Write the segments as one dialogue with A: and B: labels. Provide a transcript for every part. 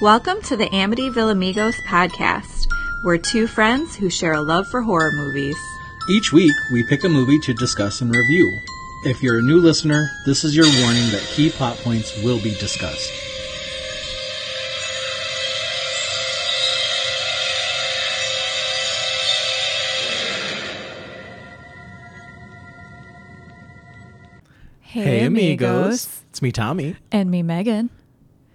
A: Welcome to the Amity Villamigos podcast. We're two friends who share a love for horror movies.
B: Each week, we pick a movie to discuss and review. If you're a new listener, this is your warning that key plot points will be discussed.
C: Hey,
B: It's me, Tommy,
C: And me, Megan.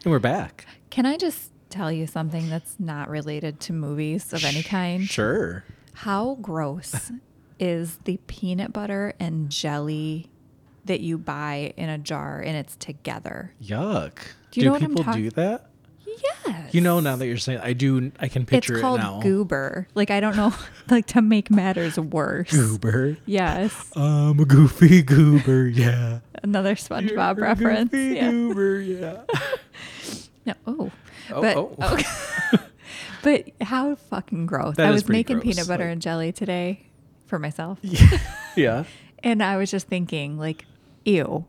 B: and we're back.
C: Can I just tell you something that's not related to movies of any kind?
B: Sure.
C: How gross is the peanut butter and jelly that you buy in a jar and it's together?
B: Yuck.
C: Do you know what I'm
B: people
C: talk-
B: do that?
C: Yes.
B: You know, now that you're saying, I do. I can
C: it's
B: picture
C: called
B: it now.
C: goober. Like, I don't know, like to make matters worse.
B: Goober.
C: Yes.
B: I'm a goofy goober. Yeah.
C: Another SpongeBob
B: You're a
C: reference.
B: Goofy
C: Yeah.
B: goober. Yeah.
C: No, oh,
B: Oh,
C: but
B: oh.
C: oh. but how fucking gross!
B: That
C: I
B: is
C: was
B: pretty
C: making
B: gross,
C: peanut butter
B: like-
C: and jelly today for myself,
B: yeah.
C: and I was just thinking, like, ew.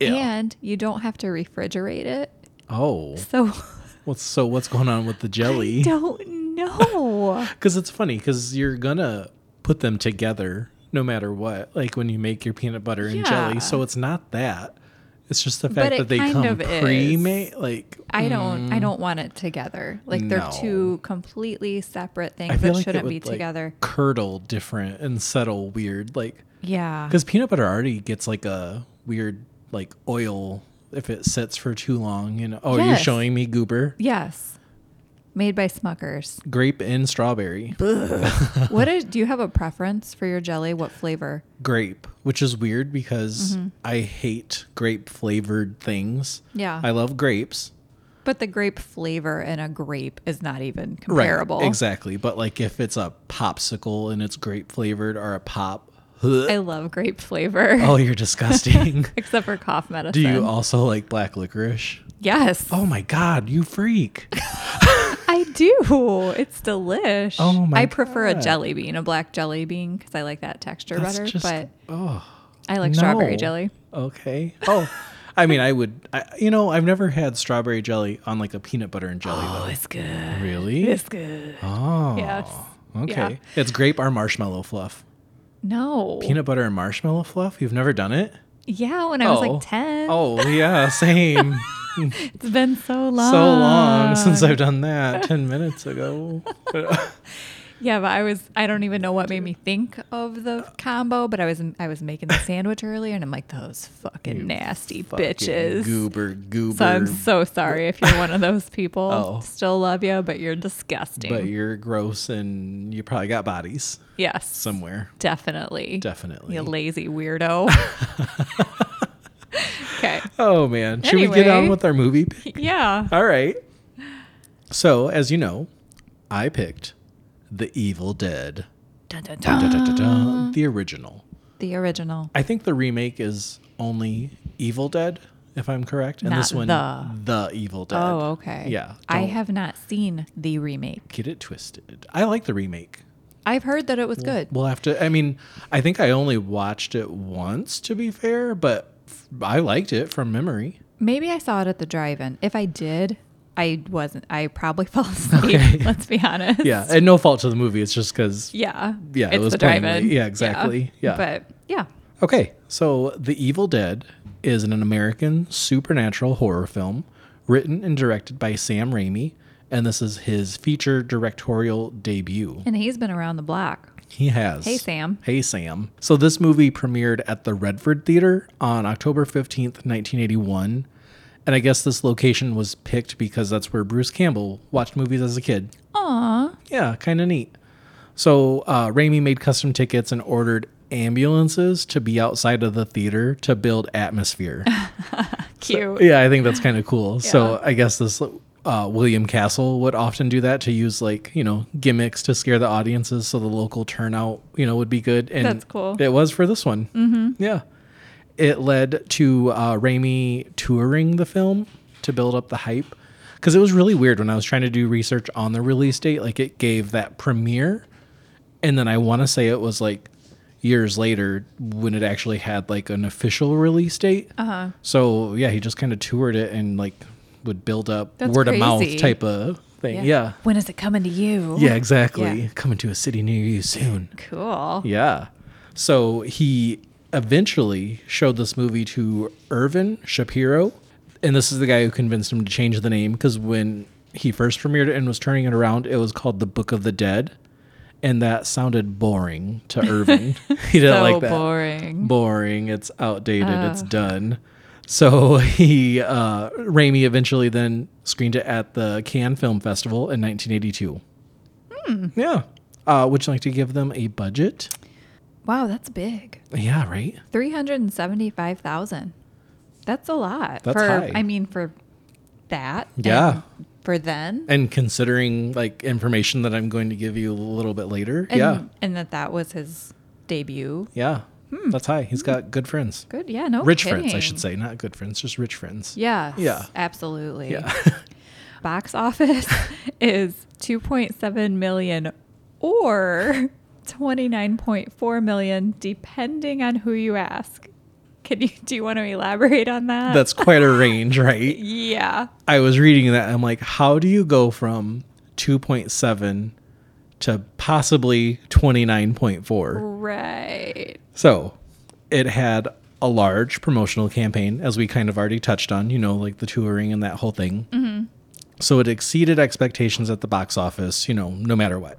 B: Ew.
C: And you don't have to refrigerate it,
B: Oh.
C: so
B: Well, so what's going on with the jelly?
C: I don't know.
B: Because it's funny, because you're gonna put them together no matter what. Like when you make your peanut butter and jelly,
C: Yeah.
B: so it's not that. It's just the fact
C: it
B: that they
C: kind
B: come
C: of is.
B: pre-made. Like
C: I don't. I don't want it together. Like they're
B: Mm. No.
C: two completely separate
B: I
C: things
B: feel
C: that
B: like it
C: shouldn't
B: would
C: be
B: like,
C: together.
B: curdle different and settle weird. Like
C: Yeah.
B: because peanut butter already gets like a weird like oil if it sits for too long. You know. Oh, you're
C: Yes.
B: showing me goober
C: Yes. Made by Smuckers.
B: grape and strawberry
C: what is, do you have a preference for your jelly? What flavor?
B: grape, which is weird because
C: Mm-hmm.
B: I hate grape flavored things.
C: Yeah.
B: I love grapes.
C: But the grape flavor in a grape is not even
B: Right,
C: comparable.
B: exactly. But like if it's a popsicle and it's grape flavored or a pop,
C: I love grape flavor,
B: oh, you're disgusting.
C: except for cough medicine.
B: Do you also like black licorice?
C: yes,
B: Oh my god, you freak!
C: I do. It's delish.
B: Oh my
C: I prefer
B: God.
C: a jelly bean, a black jelly bean, because I like that texture
B: That's
C: better.
B: just-
C: but
B: oh,
C: I like strawberry
B: no.
C: jelly.
B: Okay. Oh, I mean, I would. I, you know, I've never had strawberry jelly on like a peanut butter and jelly.
C: Oh, it's good.
B: though. Really?
C: It's good.
B: Oh.
C: Yes.
B: Okay.
C: Yeah.
B: It's grape or marshmallow fluff.
C: No.
B: Peanut butter and marshmallow fluff. You've never done it?
C: yeah, when I was like ten.
B: Oh yeah, same.
C: It's been so long.
B: so
C: Ah.
B: long since I've done that 10 minutes ago. uh,
C: Yeah, but I was I don't even know what made me think of the combo, but I was I was making the sandwich earlier and I'm like those fucking nasty bitches.
B: Goober, goober.
C: So I'm so sorry if you're one of those people.
B: Oh.
C: Still love you, but you're disgusting.
B: but you're gross and you probably got bodies
C: yes.
B: somewhere.
C: definitely.
B: Definitely.
C: You lazy weirdo. okay.
B: Oh, man. Should we get
C: Anyway.
B: on with our movie? pick?
C: Yeah.
B: All right. So, as you know, I picked The Evil Dead,
C: Dun, dun,
B: Dun,
C: dun.
B: dun, dun, dun,
C: Ah.
B: dun, the original.
C: The original.
B: I think the remake is only Evil Dead, if I'm correct. And
C: Not
B: this one,
C: the.
B: The Evil Dead.
C: Oh, okay.
B: Yeah.
C: I
B: don't
C: have not seen the remake.
B: Get it twisted. I like the remake.
C: I've heard that it was good.
B: We'll have to. I mean, I think I only watched it once, to be fair, but f- I liked it from memory.
C: Maybe I saw it at the drive-in. If I did, I wasn't. I probably fell asleep.
B: Okay.
C: Let's be honest.
B: Yeah, and no fault to the movie. It's just because.
C: Yeah.
B: Yeah, it
C: It's
B: was
C: the
B: playing
C: drive-in.
B: late. Yeah, exactly. Yeah.
C: But yeah.
B: Okay, so The Evil Dead is an American supernatural horror film written and directed by Sam Raimi, and this is his feature directorial debut.
C: And he's been around the block.
B: He has.
C: Hey, Sam.
B: Hey, Sam. So this movie premiered at the Redford Theater on October 15th, 1981. And I guess this location was picked because that's where Bruce Campbell watched movies as a kid.
C: Aw.
B: Yeah, kind of neat. So uh, Raimi made custom tickets and ordered ambulances to be outside of the theater to build atmosphere.
C: Cute.
B: yeah, I think that's kind of cool. So I guess this uh, William Castle would often do that to use like you know gimmicks to scare the audiences, so the local turnout you know would be good. And
C: That's cool.
B: It was for this one. Mm-hmm. Yeah, it led to uh, Raimi touring the film to build up the hype because it was really weird when I was trying to do research on the release date. Like it gave that premiere, and then I want to say it was like years later when it actually had like an official release date. Uh-huh. So yeah, he just kind of toured it and like would build up
C: That's
B: word of mouth
C: crazy.
B: type of thing. Yeah.
C: When is it coming to you?
B: Yeah, exactly.
C: Yeah.
B: Coming to a city near you soon.
C: Cool.
B: Yeah. So he eventually showed this movie to Irvin Shapiro. And this is the guy who convinced him to change the name because when he first premiered it and was turning it around, it was called The Book of the Dead. And that sounded boring to Irvin. he didn't
C: So
B: like that.
C: boring.
B: Boring. It's outdated. It's done. So he, uh, Raimi eventually then screened it at the Cannes Film Festival in 1982.
C: Hmm.
B: Yeah. Uh, would you like to give them a budget?
C: Wow, that's big.
B: Yeah, right.
C: 375,000. That's a lot.
B: That's
C: for
B: high.
C: I mean for that. and
B: Yeah.
C: For then.
B: And considering like information that I'm going to give you a little bit later,
C: And,
B: yeah,
C: and that that was his debut.
B: yeah, that's high. He's got good friends,
C: Good. Yeah, no
B: rich friends, I
C: kidding.
B: should say, not good friends, just rich friends.
C: Yes.
B: Yeah.
C: Absolutely.
B: Yeah,
C: Box office is 2.7 million or 29.4 million depending on who you ask. Can you do you want to elaborate on that?
B: that's quite a range, right?
C: yeah.
B: I was reading that. I'm like, how do you go from 2.7 to possibly 29.4?
C: Right.
B: So it had a large promotional campaign, as we kind of already touched on, you know, like the touring and that whole thing. So it exceeded expectations at the box office, you know, no matter what.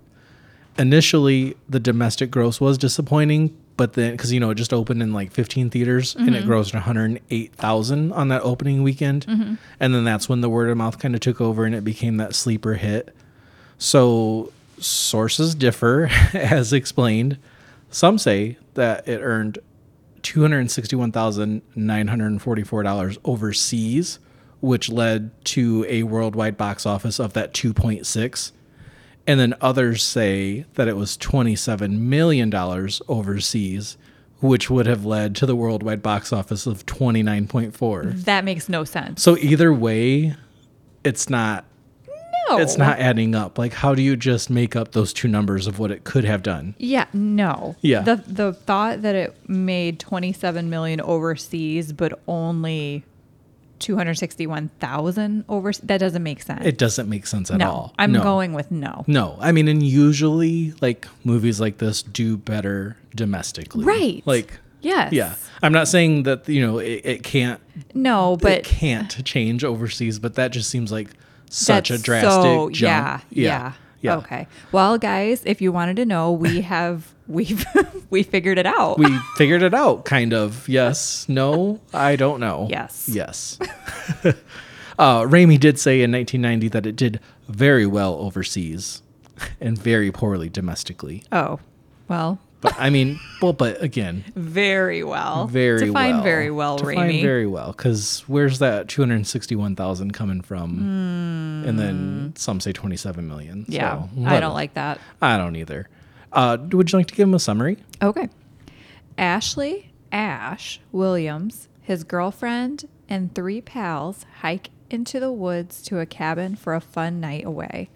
B: Initially, the domestic gross was disappointing, but then because you know it just opened in like 15 theaters and it grossed 108,000 on that opening weekend, and then that's when the word of mouth kind of took over and it became that sleeper hit. So sources differ, as explained. Some say that it earned two hundred sixty-one thousand nine hundred forty-four dollars overseas, which led to a worldwide box office of that two point six. And then others say that it was twenty-seven million dollars overseas, which would have led to the worldwide box office of twenty-nine point four.
C: That makes no sense.
B: So either way, it's not
C: No.
B: it's not adding up. Like, how do you just make up those two numbers of what it could have done?
C: Yeah, no.
B: Yeah.
C: The the thought that it made 27 million overseas but only 261,000 overseas that doesn't make sense.
B: It doesn't make sense at
C: no.
B: all.
C: I'm
B: No.
C: going with no.
B: No, I mean, and usually, like movies like this do better domestically,
C: Right.
B: Like,
C: Yes.
B: yeah. I'm not saying that you know it, it can't,
C: No,
B: it
C: but
B: can't change overseas, but that just seems like such a
C: that's
B: drastic
C: so-
B: jump.
C: Yeah, yeah.
B: yeah.
C: Okay. Well, guys, if you wanted to know, we have we've we figured it out.
B: We figured it out, kind of. Yes. No. I don't know.
C: Yes.
B: Yes. uh, Raimi did say in 1990 that it did very well overseas and very poorly domestically.
C: oh. Well,
B: But I mean, well, but again,
C: very well.
B: very
C: Defined
B: well.
C: very well,
B: Defined
C: Raimi.
B: very well, because where's that 261,000 coming from? And then some say 27 million.
C: Hmm. yeah.
B: So,
C: I
B: whatever.
C: don't like that.
B: I don't either. Uh, would you like to give him a summary?
C: Okay. Ashley Ash Williams, his girlfriend, and three pals hike into the woods to a cabin for a fun night away.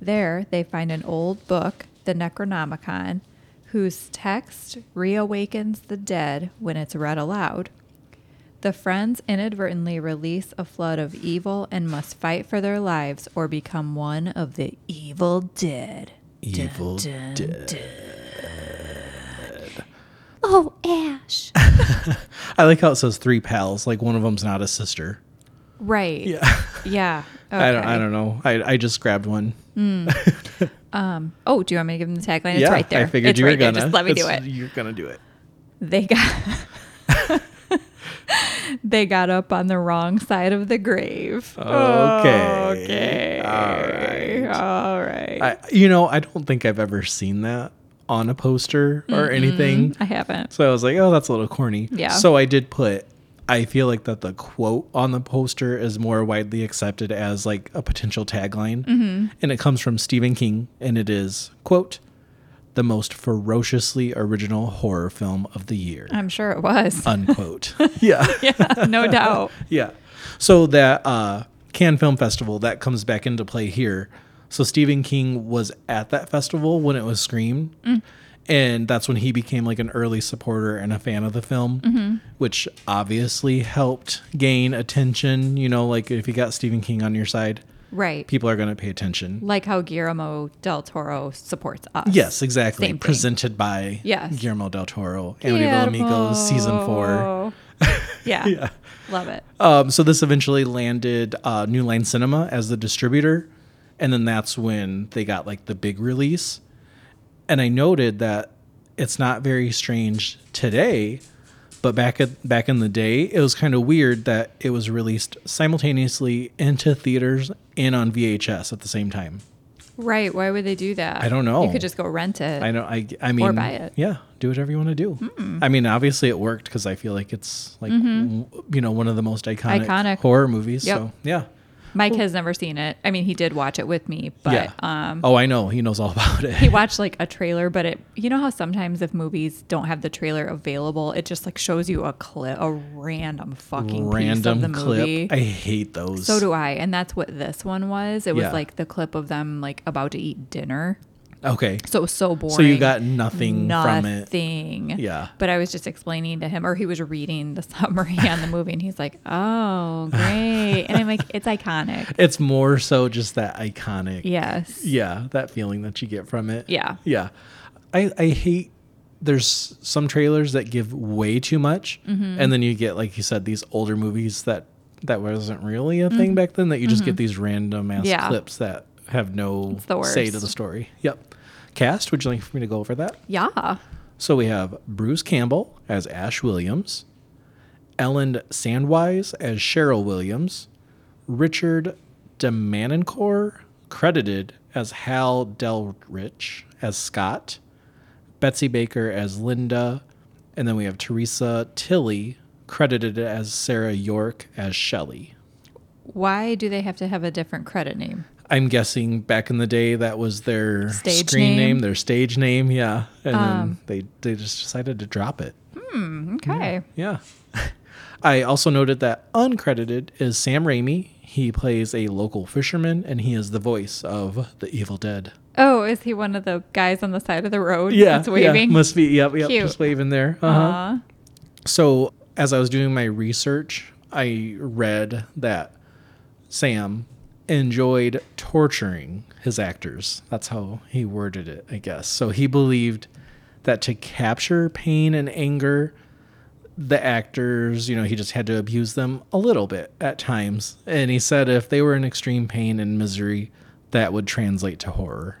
C: There, they find an old book, the Necronomicon, whose text reawakens the dead when it's read aloud. The friends inadvertently release a flood of evil and must fight for their lives or become one of the evil dead.
B: Evil Dead.
C: Oh, Ash.
B: I like how it says three pals. Like one of them's not a sister.
C: Right. Yeah. Yeah. Okay.
B: I don't. I don't know. I, I just grabbed one.
C: Oh, do you want me to give them the tagline? It's
B: yeah,
C: right there.
B: I figured
C: it's
B: you were
C: right
B: gonna.
C: There. Just let me do
B: It's-
C: it.
B: You're gonna do it.
C: They got They got up on the wrong side of the grave.
B: Okay.
C: Okay. All right. All right.
B: I, you know, I don't think I've ever seen that on a poster or anything.
C: I haven't.
B: So I was like, oh, that's a little corny.
C: Mm-hmm. Yeah.
B: So I did put. I feel like that the quote on the poster is more widely accepted as like a potential tagline,
C: Mm-hmm.
B: and it comes from Stephen King, and it is quote, "the most ferociously original horror film of the year."
C: I'm sure it was.
B: Unquote. yeah.
C: yeah, no doubt.
B: Yeah. So that uh, Cannes Film Festival that comes back
C: Mm.
B: into play here. So Stephen King was at that festival when it was screened, And that's when he became like an early supporter and a fan of the film,
C: Mm-hmm.
B: which obviously helped gain attention. You know, like if you got Stephen King on your side,
C: Right.
B: people are going to pay attention.
C: Like how Guillermo del Toro supports us.
B: Yes, exactly.
C: Same thing.
B: Presented by
C: Yes.
B: Guillermo del Toro, Amityville Amigos, season four.
C: yeah. yeah. Love it.
B: Um, so this eventually landed uh, New Line Cinema as the distributor, and then that's when they got like the big release. And I noted that it's not very strange today, but back at back in the day, it was kind of weird that it was released simultaneously into theaters and on VHS at the same time.
C: Right. Why would they do that?
B: I don't know.
C: You could just go rent it.
B: I know. I I mean,
C: buy it. Mm.
B: yeah, do whatever you want to do. I mean, obviously it worked because I feel like it's like w- you know one of the most iconic,
C: Mm-hmm. Iconic.
B: horror movies.
C: Yep.
B: So yeah.
C: Mike has never seen it. I mean, he did watch it with me, but um,
B: oh, I know. He knows all about it.
C: he watched like a trailer. But it, you know how sometimes if movies don't have the trailer available, it just like shows you a clip, a random fucking
B: Random
C: piece of the
B: clip.
C: movie.
B: I hate those.
C: so do I, and that's what this one was. It was
B: Yeah.
C: like the clip of them like about to eat dinner.
B: Okay.
C: So it was so boring.
B: So you got nothing, from it.
C: Nothing.
B: Yeah.
C: But I was just explaining to him, or he was reading the summary on the movie, and he's like, "Oh, great!" And I'm like, "It's iconic."
B: It's more so just that iconic.
C: Yes.
B: Yeah, that feeling that you get from it.
C: Yeah.
B: Yeah. I, I hate there's some trailers that give way too much
C: Mm-hmm.
B: and then you get like you said these older movies that that wasn't really a thing back then that you just get these random ass
C: Mm-hmm. Yeah.
B: clips that have no
C: the
B: say to
C: worst.
B: the story. Yep. Cast, would you like for me to go over that?
C: Yeah.
B: So we have Bruce Campbell as Ash Williams, Ellen Sandwise as Cheryl Williams, Richard DeManancore credited as Hal Delrich as Scott, Betsy Baker as Linda, and then we have Teresa Tilly credited as Sarah York as Shelley.
C: Why do they have to have a different credit name?
B: I'm guessing back in the day that was their
C: Stage
B: screen name.
C: name?
B: their stage name, yeah. And then they they just decided to drop it.
C: Okay.
B: Yeah. I also noted that uncredited is Sam Raimi. He plays a local fisherman and he is the voice of the Evil Dead.
C: Oh, is he one of the guys on the side of the road? That's
B: yeah,
C: waving.
B: must be. Yep, yep.
C: Cute.
B: Just waving there. Uh-huh.
C: Aw.
B: So, as I was doing my research, I read that Sam enjoyed torturing his actors. That's how he worded it, I guess. So, he believed that to capture pain and anger, the actors, you know, he just had to abuse them a little bit at times. And he said if they were in extreme pain and misery, that would translate to horror.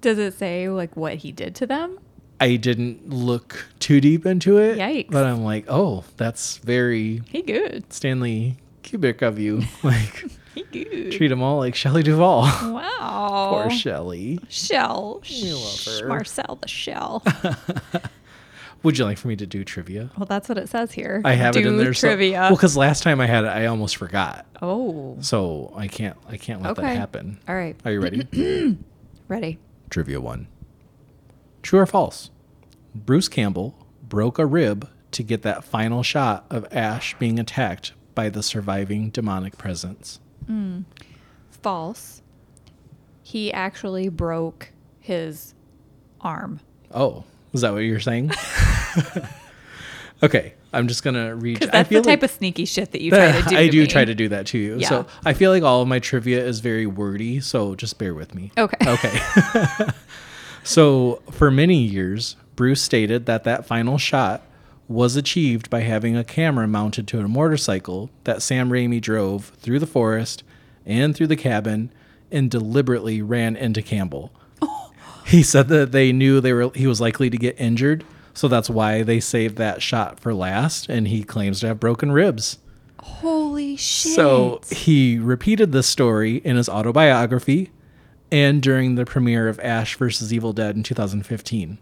C: Does it say like what he did to them?
B: I didn't look too deep into it,
C: Yikes.
B: but I'm like, oh, that's very
C: He good.
B: Stanley Kubrick of you. Like,
C: He good.
B: treat them all like Shelley Duvall.
C: wow.
B: Poor Shelley.
C: Shell.
B: love
C: Sh-
B: her.
C: Marcel the shell.
B: Would you like for me to do trivia?
C: well, that's what it says here.
B: I have
C: Do
B: it in there. so-
C: Trivia.
B: well, because last time I had it, I almost forgot.
C: oh.
B: So I can't. I can't let
C: Okay.
B: that happen.
C: All right.
B: Are you ready?
C: Ready.
B: trivia one. True or false? Bruce Campbell broke a rib to get that final shot of Ash being attacked by the surviving demonic presence.
C: False. He actually broke his arm.
B: Oh, is that what you're saying? okay, I'm just gonna read.
C: Because
B: I
C: that's the
B: feel
C: type
B: like-
C: of sneaky shit that you try to do.
B: Eh, I
C: to
B: do
C: me.
B: try to do that to you.
C: Yeah.
B: So I feel like all of my trivia is very wordy, so just bear with me.
C: Okay.
B: Okay. so for many years, Bruce stated that that final shot was achieved by having a camera mounted to a motorcycle that Sam Raimi drove through the forest and through the cabin and deliberately ran into Campbell. He said that they knew they were he was likely to get injured, so that's why they saved that shot for last and he claims to have broken ribs.
C: Holy shit.
B: So he repeated this story in his autobiography and during the premiere of Ash vs. Evil Dead in 2015.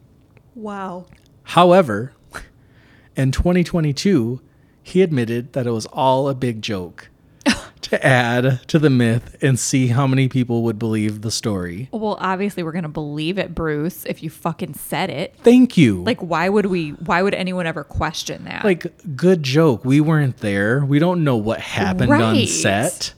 C: wow.
B: However, in 2022, he admitted that it was all a big joke to add to the myth and see how many people would believe the story.
C: Well, obviously we're gonna believe it, Bruce, if you fucking said it.
B: Thank you.
C: Like uh, why would we why would anyone ever question that?
B: like good joke. We weren't there. We don't know what happened on
C: Right.
B: set.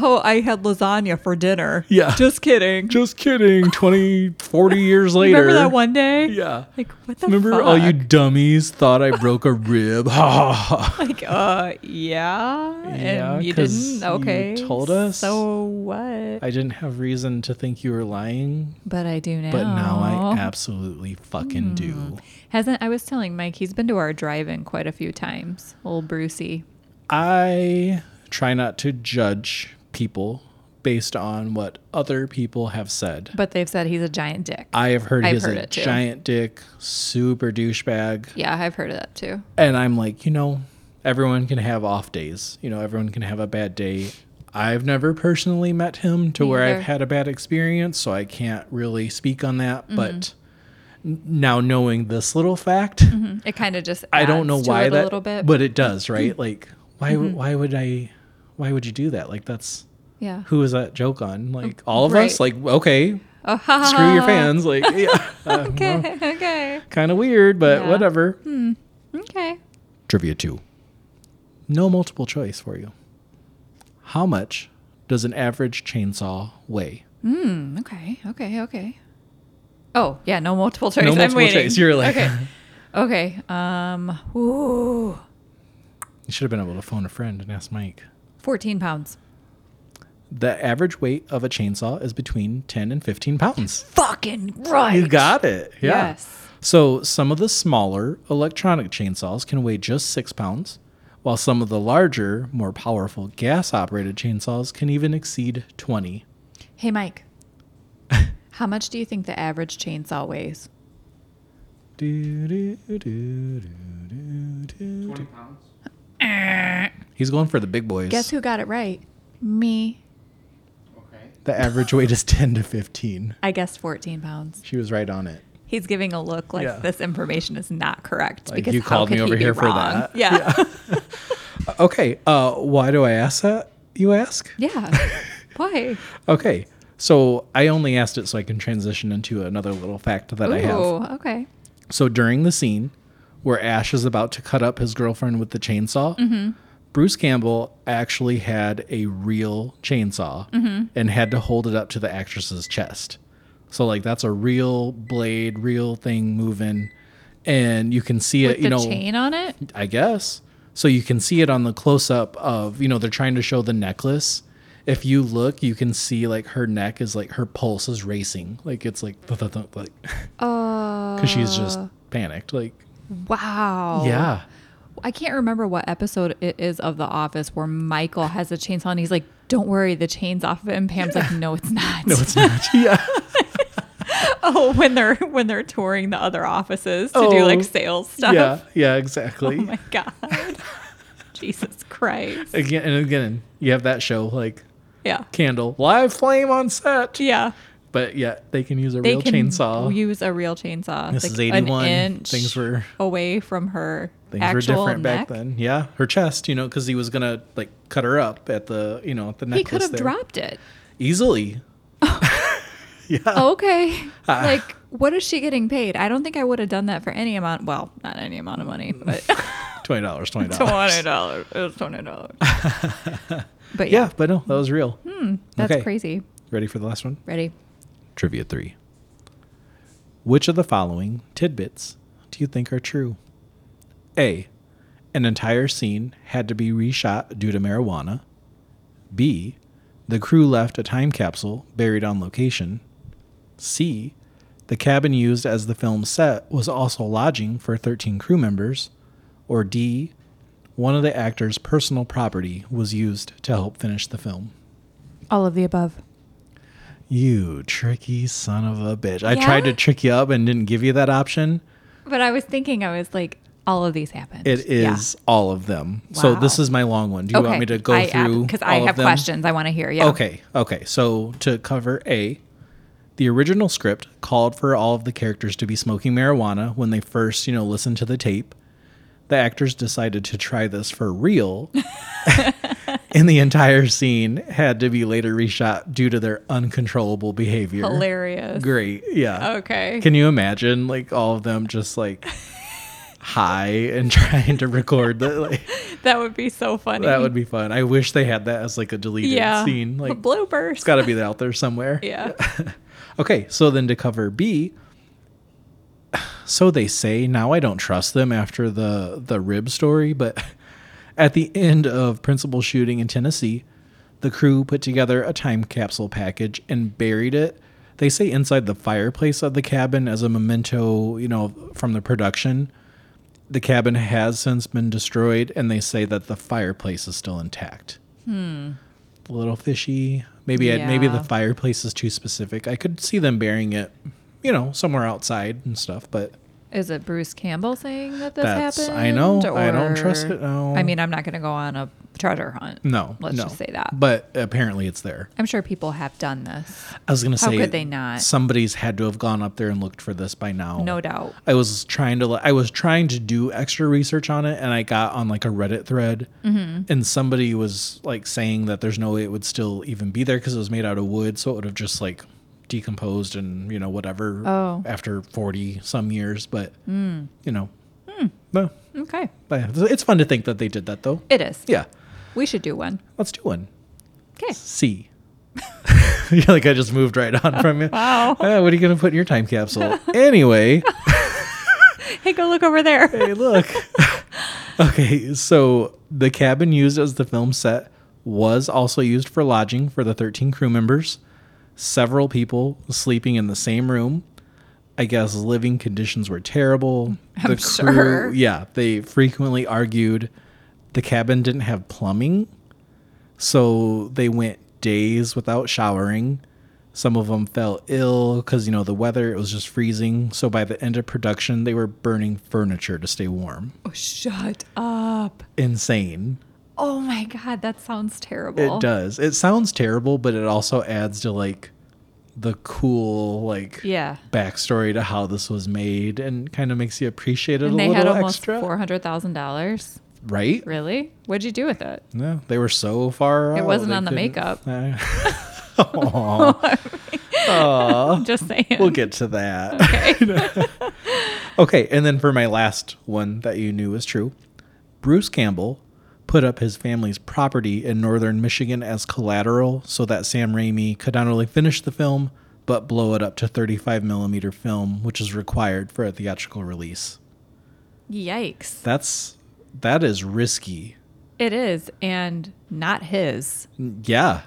C: oh, I had lasagna for dinner.
B: Yeah.
C: Just kidding.
B: Just kidding. 20, 40 years later.
C: Remember that one day?
B: Yeah.
C: Like, what the
B: Remember
C: fuck?
B: all you dummies thought I broke a rib? Ha ha ha.
C: Like, uh, yeah.
B: Yeah,
C: and you
B: 'cause
C: didn't?
B: you
C: Okay.
B: told us.
C: So what?
B: I didn't have reason to think you were lying,
C: but I do now.
B: but now I absolutely fucking
C: Hmm.
B: do.
C: Hasn't I was telling Mike he's been to our drive-in quite a few times. Old Brucey.
B: I try not to judge people based on what other people have said.
C: But they've said he's a giant dick.
B: I have heard
C: I've
B: he's
C: heard
B: a
C: it too.
B: giant dick, super douchebag.
C: yeah, I've heard of that too.
B: And I'm like, you know, everyone can have off days. You know, everyone can have a bad day. I've never personally met him to
C: Me
B: where
C: either.
B: I've had a bad experience, so I can't really speak on that.
C: Mm-hmm.
B: But n- now knowing this little fact,
C: It kind of just
B: I
C: Mm-hmm.
B: don't
C: adds
B: know
C: to
B: why
C: it a
B: that,
C: little bit. Mm-hmm.
B: but it does, right? Like, why? w Why would I? Why would you do that? Like, that's
C: yeah.
B: who is that joke on? Like all of us?
C: Mm, right.
B: Like, okay,
C: Oh, ha, ha,
B: screw your
C: ha.
B: fans. Like, yeah,
C: Okay. Okay.
B: kind of weird, but
C: Yeah.
B: whatever.
C: Okay.
B: Trivia two. No multiple choice for you. How much does an average chainsaw weigh?
C: Mm, okay. Okay. Okay. Oh, yeah, no multiple choice. I'm
B: multiple
C: waiting.
B: choice, you're like-
C: Okay. Okay. Um ooh.
B: You should have been able to phone a friend and ask Mike.
C: 14 pounds.
B: The average weight of a chainsaw is between 10 and 15 pounds.
C: Fucking right.
B: You got it. Yeah.
C: Yes.
B: So some of the smaller electronic chainsaws can weigh just six pounds, while some of the larger, more powerful gas operated chainsaws can even exceed 20.
C: Hey, Mike. How much do you think the average chainsaw weighs?
B: Do, do, do, do, do, do. He's going for the big boys.
C: Guess who got it right? Me.
B: The average weight is 10 to 15.
C: I guessed 14 pounds.
B: She was right on it.
C: He's giving a look like
B: Yeah.
C: this information is not correct
B: Like,
C: because
B: you
C: how
B: called
C: could
B: me
C: he
B: over
C: be
B: here for
C: wrong?
B: that.
C: Yeah.
B: Okay, uh, why do I ask that, you ask?
C: Yeah. Why?
B: Okay, so I only asked it so I can transition into another little fact that I have. Uh,
C: Ooh, okay.
B: So during the scene where Ash is about to cut up his girlfriend with the chainsaw,
C: Mm-hmm.
B: Bruce Campbell actually had a real chainsaw
C: Mm-hmm.
B: and had to hold it up to the actress's chest. So like that's a real blade, real thing moving, and you can see it.
C: With
B: you
C: the
B: know,
C: chain on it?
B: I guess. So you can see it on the close up of, you know, they're trying to show the necklace. If you look, you can see like her neck is like her pulse is racing. Like it's like th- th- th- like
C: Oh.
B: cuz she's just panicked like
C: Wow.
B: yeah.
C: I can't remember what episode it is of The Office where Michael has a chainsaw and he's like, don't worry, the chain's off of it. And Pam's like, no, it's not.
B: No, it's not. yeah.
C: oh, when they're when they're touring the other offices to do
B: Oh,
C: like sales stuff.
B: Yeah. Yeah,
C: Oh
B: exactly.
C: my god. Jesus Christ.
B: again and again, you have that show like
C: Yeah.
B: candle live flame on set.
C: Yeah.
B: But yeah, they can use a
C: They
B: real
C: can
B: chainsaw.
C: use a real chainsaw.
B: This
C: like
B: is 81.
C: An inch
B: Things were-
C: away from her
B: Things
C: actual
B: were different
C: neck.
B: back then. Yeah, her chest, you know, because he was gonna like cut her up at the, you know, at the necklace.
C: He could have
B: there.
C: dropped it. Oh,
B: easily.
C: okay.
B: Ah.
C: like, what is she getting paid? I don't think I would have done that for any amount. Well, not any amount of money, but
B: Twenty dollars, twenty dollars.
C: twenty dollars. It was twenty dollars. but yeah,
B: Yeah, but no, that was real.
C: Hmm, that's
B: okay.
C: crazy.
B: Ready for the last one?
C: Ready?
B: Trivia three. Which of the following tidbits do you think are true? A. An entire scene had to be reshot due to marijuana. B. The crew left a time capsule buried on location. C. The cabin used as the film set was also lodging for 13 crew members. Or D. One of the actor's personal property was used to help finish the film.
C: All of the above.
B: You tricky son of a bitch. I
C: Yeah?
B: tried to trick you up and didn't give you that option.
C: But I was thinking, I was like, all of these happened.
B: It
C: Yeah.
B: is all of them. So
C: Wow.
B: this is my long one. Do you want me to go
C: I,
B: through?
C: Because I
B: all of
C: have
B: them?
C: questions I want to hear. Yeah.
B: Okay. Okay. So to cover A, the original script called for all of the characters to be smoking marijuana when they first, you know, listened to the tape. The actors decided to try this for real. and the entire scene had to be later reshot due to their uncontrollable behavior.
C: Hilarious.
B: Great. Yeah.
C: Okay.
B: Can you imagine like all of them just like high and trying to record the, like,
C: That would be so funny.
B: that would be fun. I wish they had that as like a deleted
C: yeah.
B: scene. Like
C: bloopers.
B: it's got to be out there somewhere.
C: yeah.
B: Okay, so then to cover B, so they say now I don't trust them after the the rib story, but at the end of principal shooting in Tennessee, the crew put together a time capsule package and buried it. They say inside the fireplace of the cabin as a memento, you know, from the production. The cabin has since been destroyed, and they say that the fireplace is still intact. Hmm. A little fishy. Maybe I, maybe
C: Yeah.
B: the fireplace is too specific. I could see them burying it, you know, somewhere outside and stuff, but
C: Is it Bruce Campbell saying that this
B: That's-
C: happened?
B: I know. I don't trust
C: or-
B: it, no.
C: I mean, I'm not going to go on a treasure hunt.
B: no.
C: Let's
B: no.
C: just say that.
B: But apparently it's there.
C: I'm sure people have done this.
B: I was going to
C: How
B: say
C: could they not?
B: Somebody's had to have gone up there and looked for this by now.
C: No doubt.
B: I was trying to li- I was trying to do extra research on it, and I got on like a Reddit thread,
C: Mm-hmm.
B: and somebody was like saying that there's no way it would still even be there because it was made out of wood, so it would have just like decomposed and you know whatever
C: Oh. Mm.
B: after forty some years. But you know,
C: Hmm.
B: well,
C: Okay.
B: but it's fun to think that they did that though.
C: It is.
B: Yeah,
C: We should do one.
B: let's do one.
C: Okay.
B: C. You're like I just moved right on from you.
C: Wow.
B: Ah, what are you gonna put in your time capsule? anyway.
C: Hey, go look over there.
B: hey, look. okay, so the cabin used as the film set was also used for lodging for the 13 crew members. Several people sleeping in the same room. I guess living conditions were terrible.
C: I'm sure.
B: yeah, they frequently argued the cabin didn't have plumbing. So they went days without showering. Some of them fell ill because, you know, the weather, it was just freezing. So by the end of production, they were burning furniture to stay warm.
C: Oh, shut up.
B: Insane.
C: Oh my God, that sounds terrible.
B: It does. It sounds terrible, but it also adds to like the cool, like,
C: Yeah.
B: backstory to how this was made and kind of makes you appreciate it a
C: And they
B: little
C: had almost
B: extra.
C: $400,000.
B: right?
C: Really? What'd you do with it?
B: No, they were so far.
C: It
B: out,
C: wasn't
B: they
C: on the
B: couldn't-
C: makeup.
B: Aw. Aw.
C: Just saying.
B: Oh. We'll get to that. Okay. and then for my last one that you knew was true, Bruce Campbell put up his family's property in northern Michigan as collateral so that Sam Raimi could not only finish the film, but blow it up to 35 millimeter film, which is required for a theatrical release.
C: Yikes.
B: That's that is risky.
C: It is, and not his.
B: Yeah.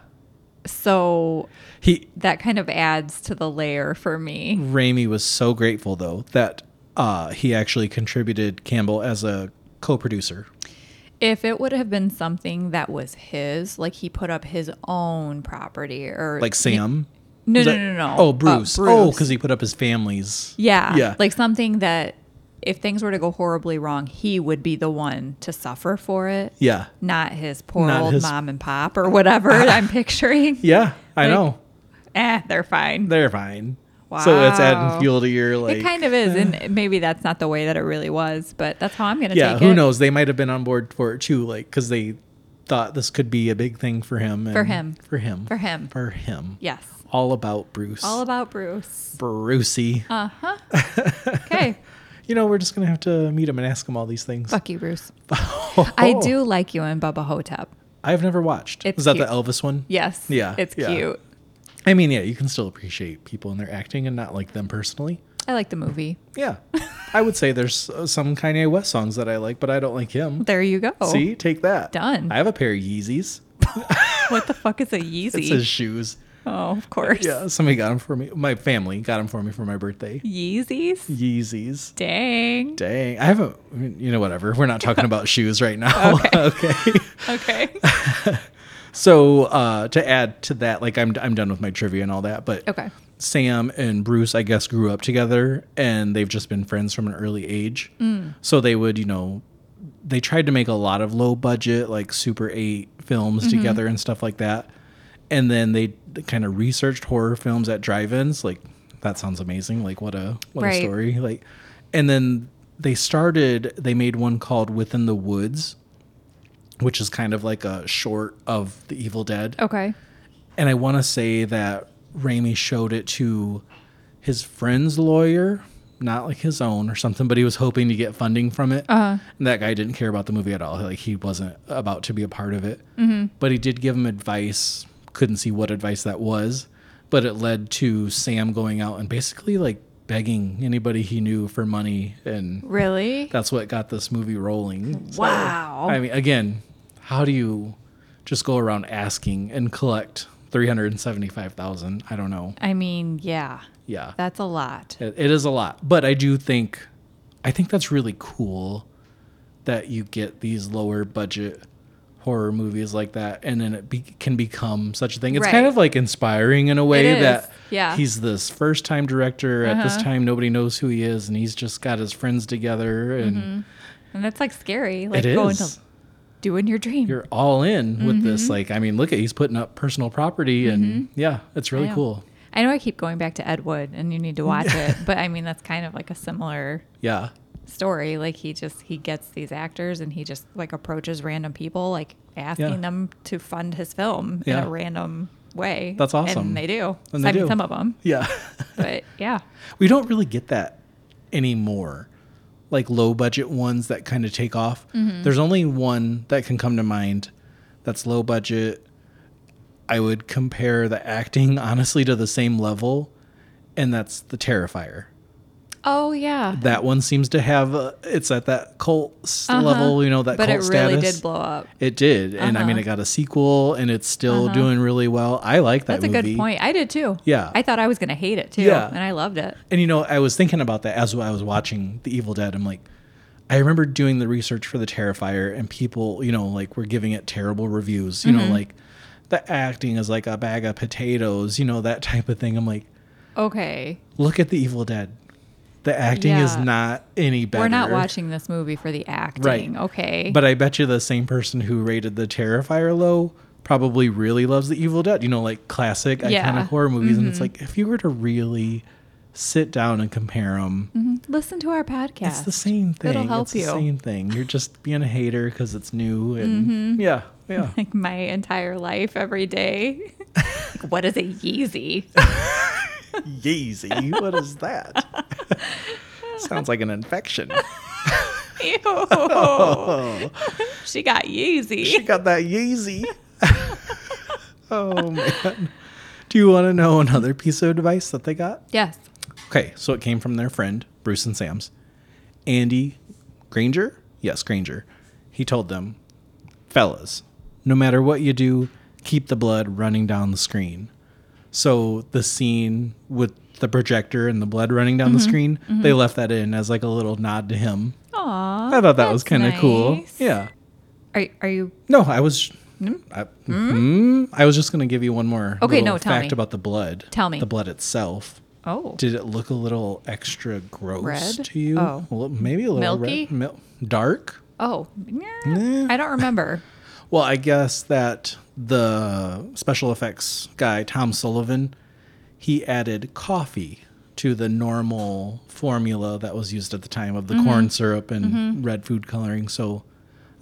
C: So
B: He
C: that kind of adds to the layer for me.
B: Raimi was so grateful though that uh, he actually contributed Campbell as a co-producer
C: If it would have been something that was his, like he put up his own property or
B: like Sam.
C: No,
B: Is
C: no,
B: that-
C: no, no, no.
B: Oh,
C: Uh,
B: Bruce.
C: Bruce.
B: Oh, because he put up his family's.
C: Yeah.
B: Yeah.
C: Like something that if things were to go horribly wrong, he would be the one to suffer for it.
B: Yeah.
C: Not his poor
B: Not
C: old
B: his-
C: mom and pop or whatever I'm picturing.
B: Yeah, I
C: Like-
B: know.
C: Eh, they're fine.
B: They're fine. So it's
C: Wow.
B: adding fuel to your like. eh.
C: it kind of is, and maybe that's not the way that it really was, but that's how I'm going to
B: yeah.
C: take it.
B: Who knows? They might have been on board for it too, like because they thought this could be a big thing for him. And
C: For him.
B: For him.
C: For him.
B: For him.
C: Yes.
B: All about Bruce.
C: All about Bruce. Uh-huh.
B: Brucey.
C: Okay.
B: you know, we're just gonna have to meet him and ask him all these things.
C: Fuck you, Bruce. I
B: Oh.
C: do like you in Bubba Hotep.
B: I've never watched.
C: It's
B: Is that
C: cute.
B: the Elvis one?
C: Yes.
B: Yeah,
C: It's
B: yeah.
C: cute.
B: I mean, yeah, you can still appreciate people and their acting and not like them personally.
C: I like the movie.
B: Yeah. I would say there's uh, some Kanye West songs that I like, but I don't like him.
C: There you go.
B: See, take that.
C: Oh. Done.
B: I have a pair of Yeezys.
C: What the fuck is a Yeezy?
B: It's his shoes.
C: oh, of course.
B: Yeah, somebody got them for me. My family got them for me for my birthday.
C: Yeezys?
B: Yeezys.
C: Dang.
B: Dang. I haven't, I mean, you know, whatever. We're not talking about shoes right now. Okay.
C: Okay.
B: So, uh, to add to that, like, I'm, I'm done with my trivia and all that, but
C: Okay.
B: Sam and Bruce, I guess, grew up together and they've just been friends from an early age.
C: Mm.
B: So they would, you know, they tried to make a lot of low budget, like Super 8 films
C: Mm-hmm.
B: together and stuff like that. And then they kind of researched horror films at drive ins. Like, that sounds amazing. Like, what a, what
C: Right.
B: a story. Like, and then they started, they made one called Within the Woods, which is kind of like a short of The Evil Dead.
C: Okay.
B: And I want to say that Raimi showed it to his friend's lawyer not like his own or something, but he was hoping to get funding from it.
C: Uh-huh.
B: And that guy didn't care about the movie at all. Like he wasn't about to be a part of it. Mm-hmm. But he did give him advice. Couldn't see what advice that was, but it led to Sam going out and basically like begging anybody he knew for money, and
C: Really?
B: that's what got this movie rolling. So,
C: Wow.
B: I mean, again, how do you just go around asking and collect three hundred and seventy-five thousand? I don't know.
C: I mean, yeah,
B: Yeah.
C: that's a lot.
B: It, it is a lot, but I do think, I think that's really cool that you get these lower budget horror movies like that, and then it be, can become such a thing. It's kind
C: Right.
B: of like inspiring in a way
C: It is,
B: that
C: yeah. Uh-huh.
B: he's this first time director at this time. Nobody knows who he is, and he's just got his friends together, and
C: Mm-hmm. And that's like scary. Like
B: it
C: going
B: is.
C: to doing your dream.
B: You're all in with this.
C: Mm-hmm.
B: Like, I mean, look at he's putting up personal property, and yeah, it's really
C: I know.
B: cool.
C: I know I keep going back to Ed Wood and you need to watch it, but I mean, that's kind of like a similar
B: Yeah,
C: story. Like he just, he gets these actors and he just like approaches random people, like asking
B: Yeah.
C: them to fund his film in
B: Yeah.
C: a random way.
B: That's awesome.
C: And they do.
B: And they
C: I mean,
B: do.
C: some of them,
B: yeah.
C: but yeah.
B: We don't really get that anymore. Like low budget ones that kind of take off.
C: Mm-hmm.
B: There's only one that can come to mind that's low budget. I would compare the acting honestly to the same level, and that's The Terrifier.
C: Oh yeah.
B: That one seems to have uh, it's at that cult s level, you know that
C: Uh-huh. but it
B: cult
C: really
B: status.
C: did blow up.
B: It did, and I mean
C: Uh-huh.
B: it got a sequel, and it's still doing really well. I like that.
C: That's a
B: movie.
C: good point. I did too.
B: Yeah.
C: I thought I was going to hate it too.
B: Yeah.
C: And I loved it.
B: And you know, I was thinking about that as I was watching The Evil Dead. I'm like, I remember doing the research for The Terrifier, and people, you know, like were giving it terrible reviews. You
C: Mm-hmm.
B: know, like the acting is like a bag of potatoes. You know that type of thing. I'm like,
C: Okay.
B: look at The Evil Dead. The acting is
C: Yeah.
B: not any better.
C: We're not watching this movie for the acting.
B: Right.
C: Okay.
B: But I bet you the same person who rated The Terrifier low probably really loves The Evil Dead, you know, like classic
C: Yeah. Mm-hmm.
B: iconic horror movies. And it's like, if you were to really sit down and compare them,
C: listen to our podcast.
B: it's the same thing.
C: It'll help
B: it's the
C: you.
B: same thing. You're just being a hater because it's new. And
C: Mm-hmm.
B: yeah, yeah.
C: like my entire life every day. what is a Yeezy?
B: Yeezy, what is that? Sounds like an infection.
C: Ew.
B: Oh,
C: she got Yeezy.
B: got that Yeezy. oh, man. Do you want to know another piece of advice that they got?
C: Yes.
B: Okay, so it came from their friend, Bruce and Sam's. Andy Granger? Yes, Granger. He told them, fellas, no matter what you do, keep the blood running down the screen. So the scene with the projector and the blood running down
C: Mm-hmm,
B: the screen, they left that in as like a little nod to him.
C: Aw.
B: I thought that
C: Oh, that's
B: was kind of cool.
C: nice.
B: Yeah.
C: Are, are you?
B: No, I was. I, mm, I was just gonna give you one more
C: Mm-hmm. Okay,
B: little
C: no, tell
B: fact
C: me.
B: about the blood.
C: Tell me.
B: the blood itself.
C: Oh.
B: Did it look a little extra gross
C: Red?
B: to you?
C: Oh.
B: Well, maybe a little
C: Milky?
B: red, mil- dark.
C: oh.
B: Nah.
C: I don't remember.
B: Well, I guess that the special effects guy Tom Sullivan, he added coffee to the normal formula that was used at the time of the
C: Mm-hmm.
B: corn syrup and red food coloring. So,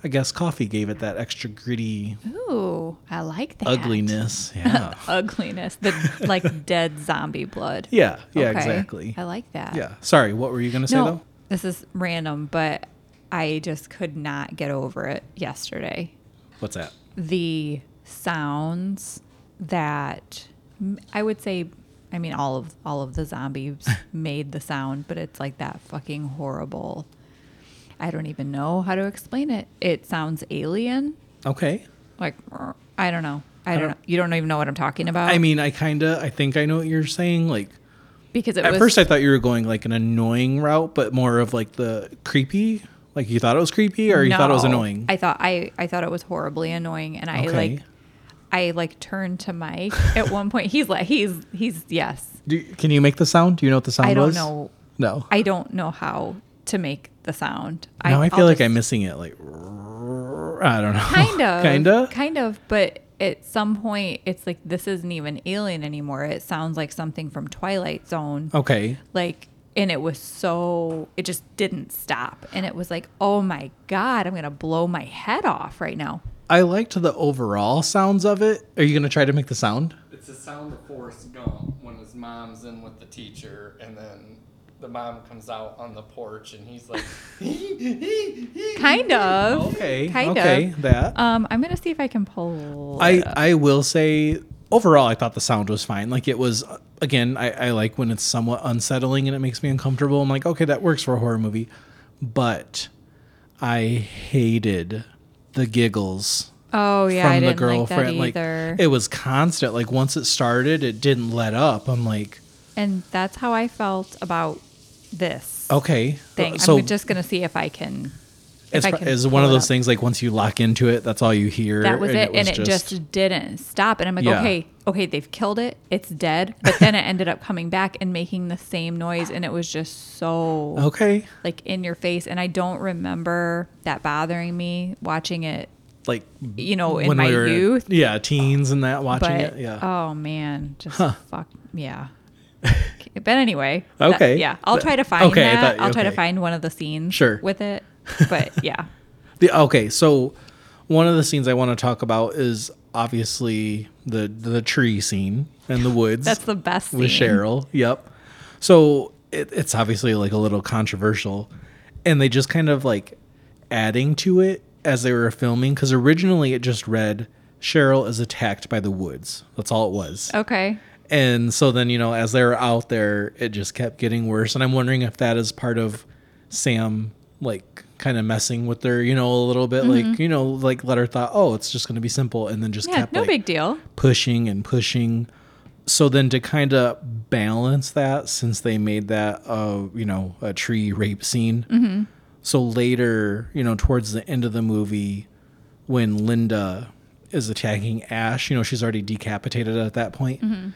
B: I guess coffee gave it that extra gritty
C: Ooh, I like that.
B: ugliness. Yeah.
C: Ugliness. The like dead zombie blood.
B: Yeah, yeah,
C: Okay.
B: exactly.
C: I like that.
B: Yeah. Sorry, what were you going to say
C: No,
B: though?
C: this is random, but I just could not get over it yesterday.
B: What's that?
C: the sounds that m- I would say I mean all of all of the zombies made the sound, but it's like that fucking horrible. I don't even know how to explain it. It sounds alien.
B: Okay.
C: Like "Rrr." I don't know. I don't know. You don't even know what I'm talking about.
B: I mean, I kind of I think I know what you're saying. Like
C: because it
B: at
C: was
B: first I thought you were going like an annoying route, but more of like the creepy, like you thought it was creepy or you thought it was
C: No.
B: annoying.
C: I thought I I thought it was horribly annoying, and I
B: Okay.
C: like I like turned to Mike at one point. He's like he's he's yes.
B: Do you- can you make the sound? Do you know what the sound
C: I don't
B: was?
C: know.
B: No.
C: I don't know how to make the sound.
B: now I,
C: I'll
B: feel like
C: just-
B: I'm missing it. Like I don't know.
C: kind of,
B: kind of.
C: kind of, but at some point, it's like this isn't even alien anymore. It sounds like something from Twilight Zone,
B: Okay.
C: like, and it was so it just didn't stop, and it was like, oh my god, I'm gonna blow my head off right now.
B: I liked the overall sounds of it. Are you going to try to make the sound?
D: It's the sound of Forrest Gump when his mom's in with the teacher, and then the mom comes out on the porch and he's like,
C: Kind of.
B: Okay.
C: Kind
B: okay.
C: of.
B: That.
C: Um, I'm gonna see if I can pull.
B: I
C: it up.
B: I will say overall I thought the sound was fine. Like it was again I, I like when it's somewhat unsettling and it makes me uncomfortable. I'm like okay that works for a horror movie, but I hated the giggles
C: oh yeah, I
B: from the
C: didn't
B: girlfriend.
C: like that either.
B: it was constant. Like once it started, it didn't let up. I'm like
C: and that's how I felt about this
B: okay.
C: thing.
B: Oh, uh, So
C: I'm just gonna see if I can. if
B: it's,
C: I
B: pro-
C: can
B: it's one of
C: pull it
B: those
C: up.
B: things like once you lock into it, that's all you hear.
C: That was it,
B: was
C: and it just, didn't stop. And I'm like,
B: Yeah.
C: okay, okay, they've killed it. It's dead. But then it ended up coming back and making the same noise, and it was just so
B: okay.
C: like in your face. And I don't remember that bothering me watching it.
B: Like
C: You know, in
B: when
C: my
B: we were
C: youth,
B: yeah, teens and that watching
C: but
B: it, yeah.
C: oh man, just fuck yeah. but anyway, that-
B: Okay.
C: yeah, I'll
B: Th-
C: try to find
B: okay, I
C: that.
B: thought-
C: I'll try to
B: okay.
C: find one of the scenes
B: Sure.
C: with it. But yeah,
B: The, okay, so one of the scenes I want to talk about is obviously the the tree scene in the woods.
C: that's the best.
B: with
C: scene.
B: Cheryl. Yep. So it, it's obviously like a little controversial, and they just kind of like adding to it as they were filming because originally it just read Cheryl is attacked by the woods. That's all it was.
C: Okay.
B: And so then, you know, as they were out there, it just kept getting worse. And I'm wondering if that is part of Sam, like, kind of messing with her, you know, a little bit. Like, you know, like let her thought, oh, it's just going to be simple. And then just
C: Yeah,
B: kept
C: no
B: like,
C: big deal.
B: pushing and pushing. So then to kind of balance that, since they made that, uh, you know, a tree rape scene.
C: Mm-hmm.
B: So later, you know, towards the end of the movie, when Linda is attacking Ash, you know, she's already decapitated at that point.
C: Mm-hmm.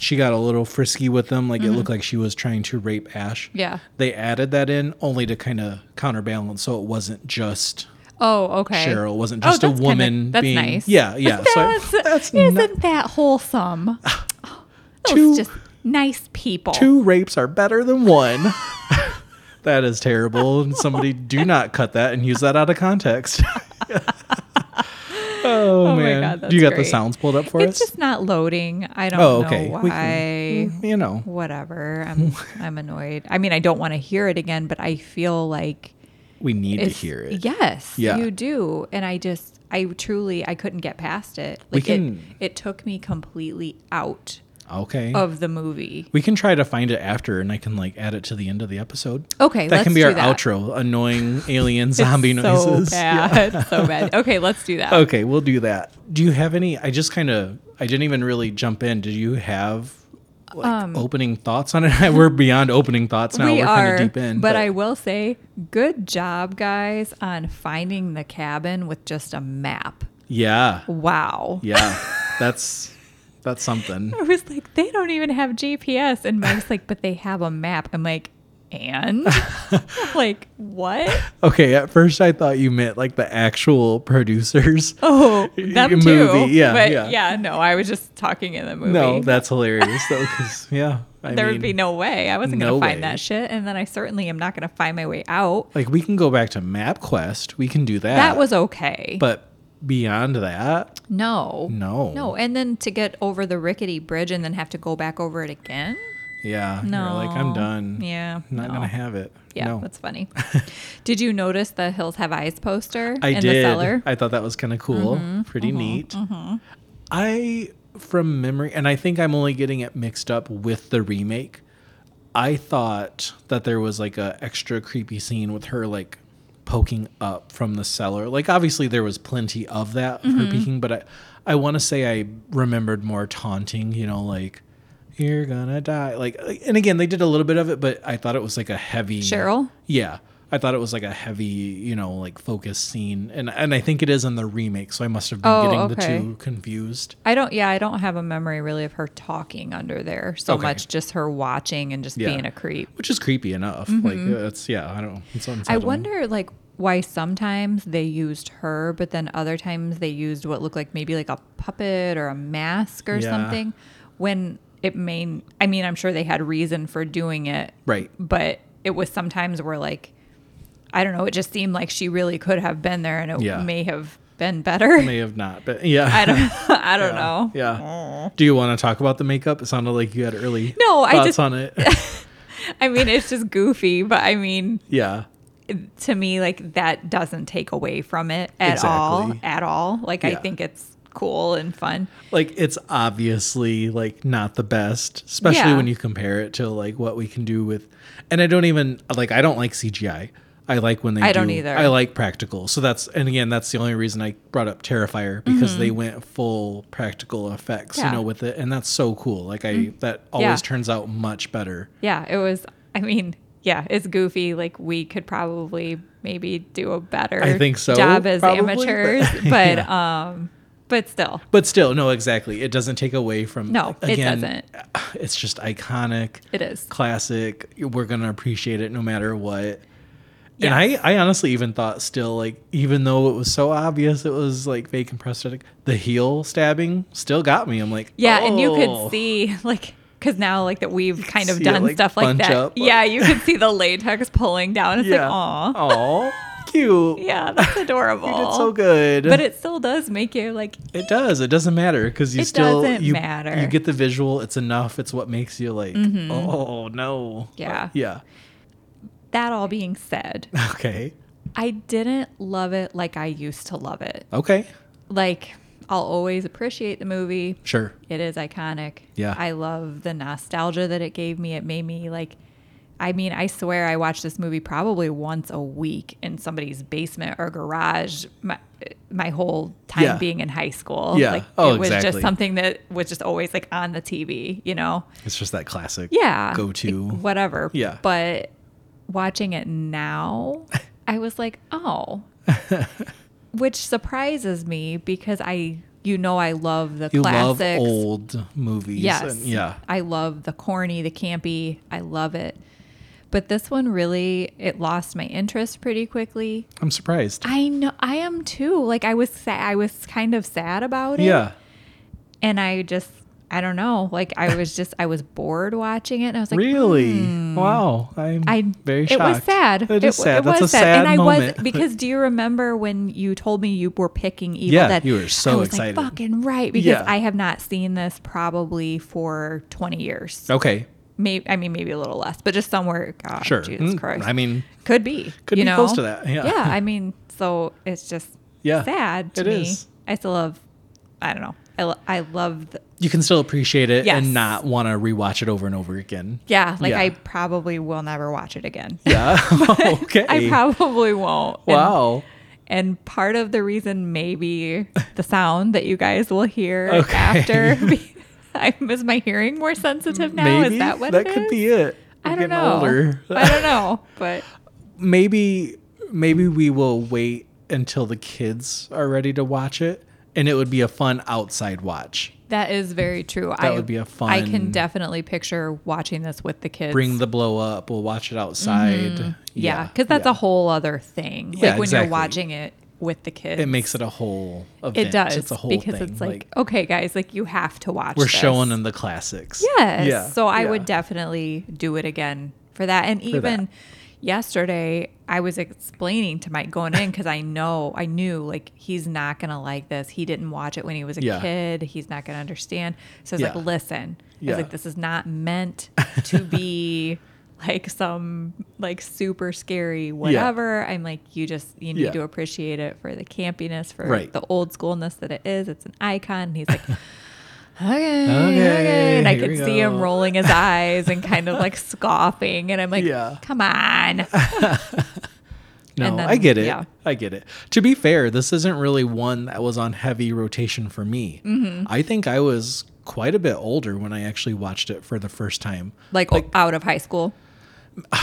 B: She got a little frisky with them. Like it looked like she was trying to rape Ash.
C: Yeah.
B: They added that in only to kind of counterbalance. So it wasn't just
C: Oh, okay.
B: Cheryl. It wasn't
C: Oh,
B: just a
C: that's kinda-
B: woman
C: that's
B: being.
C: nice.
B: Yeah. Yeah. So I-
C: That's, isn't that wholesome? Those
B: Two-
C: just nice people.
B: two rapes are better than one. that is terrible. And somebody do not cut that and use that out of context. oh,
C: my
B: man.
C: God,
B: do you
C: that's
B: got
C: great.
B: the sounds pulled up for
C: It's
B: us?
C: just not loading. I don't
B: Oh, okay.
C: know
B: We
C: why.
B: you know.
C: Whatever. I'm I'm annoyed. I mean, I don't want to hear it again, but I feel like
B: We need to
C: it's
B: hear it.
C: Yes,
B: Yeah.
C: you do. And I just I truly I couldn't get past it.
B: We
C: Like
B: can-
C: it it took me completely out
B: Okay.
C: of the movie.
B: we can try to find it after and I can like add it to the end of the episode.
C: Okay,
B: That
C: let's
B: can be
C: do
B: our
C: that.
B: outro. Annoying alien zombie
C: so
B: noises. Yeah. Oh,
C: Bad. so bad. Okay, let's do that.
B: Okay, we'll do that. Do you have any? I just kind of, I didn't even really jump in. Do you have like opening thoughts on it? We're beyond opening thoughts now.
C: Um, we
B: are
C: are,
B: kind of deep in.
C: but, I will say, good job, guys, on finding the cabin with just a map.
B: yeah,
C: Wow.
B: yeah, that's that's something.
C: I was like, they don't even have GPS, and Mike's like, but they have a map. I'm like, and like what?
B: Okay, at first I thought you meant like the actual producers.
C: Oh,
B: Y-
C: them
B: movie,
C: too.
B: yeah,
C: but
B: yeah.
C: No, I was just talking in the movie.
B: no, that's hilarious though, because yeah, I
C: there
B: mean,
C: would be no way. I wasn't
B: no
C: gonna find
B: way.
C: that shit, and then I certainly am not gonna find my way out.
B: like we can go back to MapQuest. We can do that.
C: That was okay.
B: but beyond that,
C: no,
B: no,
C: No, and then to get over the rickety bridge and then have to go back over it again?
B: yeah,
C: No.
B: you're like I'm done.
C: Yeah.
B: Mm, not
C: no.
B: gonna have it.
C: Yeah,
B: no.
C: that's funny. Did you notice the Hills Have Eyes poster
B: I
C: in
B: did.
C: the cellar? Mm-hmm,
B: I thought that was kind of cool. Pretty neat. I, from memory, and I think I'm only getting it mixed up with the remake. I thought that there was like a extra creepy scene with her like poking up from the cellar. Like obviously there was plenty of that of
C: Mm-hmm.
B: her peeking, but I, I want to say I remembered more taunting. You know, like you're gonna die. Like, and again they did a little bit of it, but I thought it was like a heavy
C: Cheryl?
B: yeah. I thought it was like a heavy, you know, like focused scene. And and I think it is in the remake, so I must have been
C: Oh,
B: getting
C: okay.
B: the two confused.
C: I don't yeah, I don't have a memory really of her talking under there so
B: Okay.
C: much just her watching and just
B: Yeah.
C: being a creep.
B: Which is creepy enough. Like that's yeah, I don't it's
C: Mm-hmm. I
B: unsettling.
C: wonder like why sometimes they used her but then other times they used what looked like maybe like a puppet or a mask or
B: Yeah.
C: something when it may I mean I'm sure they had reason for doing it
B: Right.
C: but it was sometimes where like I don't know, it just seemed like she really could have been there and it
B: Yeah.
C: may have been better.
B: May have not, but yeah.
C: I don't I don't know.
B: Yeah. Do you want to talk about the makeup? It sounded like you had early
C: No, I
B: thoughts
C: just-
B: on it.
C: I mean, it's just goofy, but I mean,
B: Yeah.
C: to me, like that doesn't take away from it at all.
B: Exactly.
C: At all. Like, I
B: Yeah.
C: think it's cool and fun.
B: Like it's obviously like not the best, especially
C: Yeah.
B: when you compare it to like what we can do with and I don't even like I don't like CGI. I like when they
C: I don't
B: do-
C: either.
B: I like practical. So that's and again that's the only reason I brought up Terrifier because they went full practical effects,
C: Mm-hmm. Yeah. Mm-hmm.
B: you know, with it and that's so cool. Like I that always
C: Yeah.
B: turns out much better.
C: Yeah, it was, I mean, yeah, it's goofy. Like, we could probably maybe do a better
B: I think so,
C: job as
B: probably, but-
C: amateurs, but, um, but still.
B: But still, no, exactly. It doesn't take away from
C: No, it
B: again,
C: doesn't.
B: It's just iconic.
C: It is.
B: classic. We're gonna appreciate it no matter what.
C: Yes.
B: And I, I honestly even thought still like even though it was so obvious it was like fake and prosthetic, the heel stabbing still got me. I'm like
C: Yeah, and you
B: "Oh."
C: could see like because now like that we've kind of
B: see it,
C: done
B: like,
C: stuff like
B: bunch
C: that.
B: up.
C: Yeah, you could see the latex pulling down. It's like, aw,
B: aw, cute.
C: yeah, that's adorable.
B: you did so good.
C: But it still does make you like,
B: It does. It doesn't matter because you
C: It
B: still
C: doesn't
B: you,
C: matter. Mm-hmm.
B: you get the visual. It's enough. It's what makes you like oh no
C: Yeah.
B: yeah
C: that all being said,
B: okay
C: I didn't love it like I used to love it.
B: okay
C: Like, I'll always appreciate the movie.
B: sure
C: It is iconic.
B: Yeah.
C: I love the nostalgia that it gave me. It made me like, I mean, I swear I watched this movie probably once a week in somebody's basement or garage my, my whole time
B: Yeah.
C: being in high school.
B: Yeah.
C: Like,
B: Oh,
C: it was just
B: exactly.
C: something that was just always like on the TV, you know?
B: it's just that classic
C: Yeah.
B: go to
C: like, whatever.
B: Yeah.
C: But watching it now, I was like, oh, which surprises me because I, you know, I love the
B: You
C: classics.
B: love old movies.
C: Yes.
B: and- yeah.
C: I love the corny, the campy. I love it. But this one really it lost my interest pretty quickly.
B: I'm surprised.
C: I know I am too. Like I was sa- I was kind of sad about it.
B: yeah.
C: And I just I don't know. Like I was just I was bored watching it and I was like "Hmm."
B: really? Wow. I'm
C: I
B: very
C: It
B: shocked.
C: was sad.
B: It is sad. That's a sad,
C: and I
B: moment.
C: was because do you remember when you told me you were picking Evil
B: Yeah,
C: Dead?
B: you were so
C: I was
B: excited.
C: Like, Fucking right, because
B: Yeah.
C: I have not seen this probably for twenty years.
B: okay.
C: maybe I mean maybe a little less, but just somewhere. God,
B: Sure.
C: Oh, Jesus
B: Mm,
C: Christ.
B: I mean,
C: could be.
B: could
C: you
B: be
C: know?
B: close to that, yeah.
C: Yeah. I mean, so it's just
B: Yeah,
C: sad to
B: it
C: me.
B: is.
C: I still love. I don't know. I lo- I love. The,
B: you can still appreciate it
C: Yes.
B: and not want to rewatch it over and over again.
C: yeah, like
B: Yeah.
C: I probably will never watch it again.
B: Yeah. okay.
C: I probably won't. And-
B: wow.
C: And part of the reason, maybe the sound that you guys will hear
B: Okay.
C: after, I, is my hearing more sensitive now?
B: Maybe
C: is that what it
B: could
C: is?
B: be it.
C: I
B: We're
C: don't
B: getting
C: know.
B: older.
C: I don't know, but
B: maybe maybe we will wait until the kids are ready to watch it and it would be a fun outside watch.
C: That is very true. That I,
B: would be a
C: I can
B: fun-
C: definitely picture watching this with the kids.
B: Bring the blow up. We'll watch it outside.
C: Mm-hmm. yeah, because that's a whole other thing. like
B: Yeah,
C: when
B: exactly.
C: you're watching it with the kids,
B: it makes it a whole event.
C: it does
B: It's a whole
C: because
B: thing.
C: it's like, okay, guys, like you have to watch.
B: we're
C: this.
B: showing them the classics.
C: Yes. So I
B: yeah.
C: would definitely do it again for that. And even
B: that.
C: yesterday, I was explaining to Mike going in because I know, I knew like he's not going to like this. He didn't watch it when he was a
B: Yeah.
C: kid. He's not going to understand. So I was
B: Yeah.
C: like, listen, I
B: Yeah.
C: was like, this is not meant to be. Like some like super scary whatever. I'm like you just you need
B: Yeah.
C: to appreciate it for the campiness, for
B: Right.
C: the old schoolness that it is. It's an icon. And he's like, okay,
B: Okay,
C: okay. And I
B: here
C: could
B: we
C: see him
B: go.
C: rolling his eyes and kind of like scoffing. And I'm like,
B: Yeah.
C: come on.
B: No,
C: and then-
B: I get it.
C: yeah.
B: I get it. To be fair, this isn't really one that was on heavy rotation for me.
C: Mm-hmm.
B: I think I was quite a bit older when I actually watched it for the first time.
C: Like, out of high school.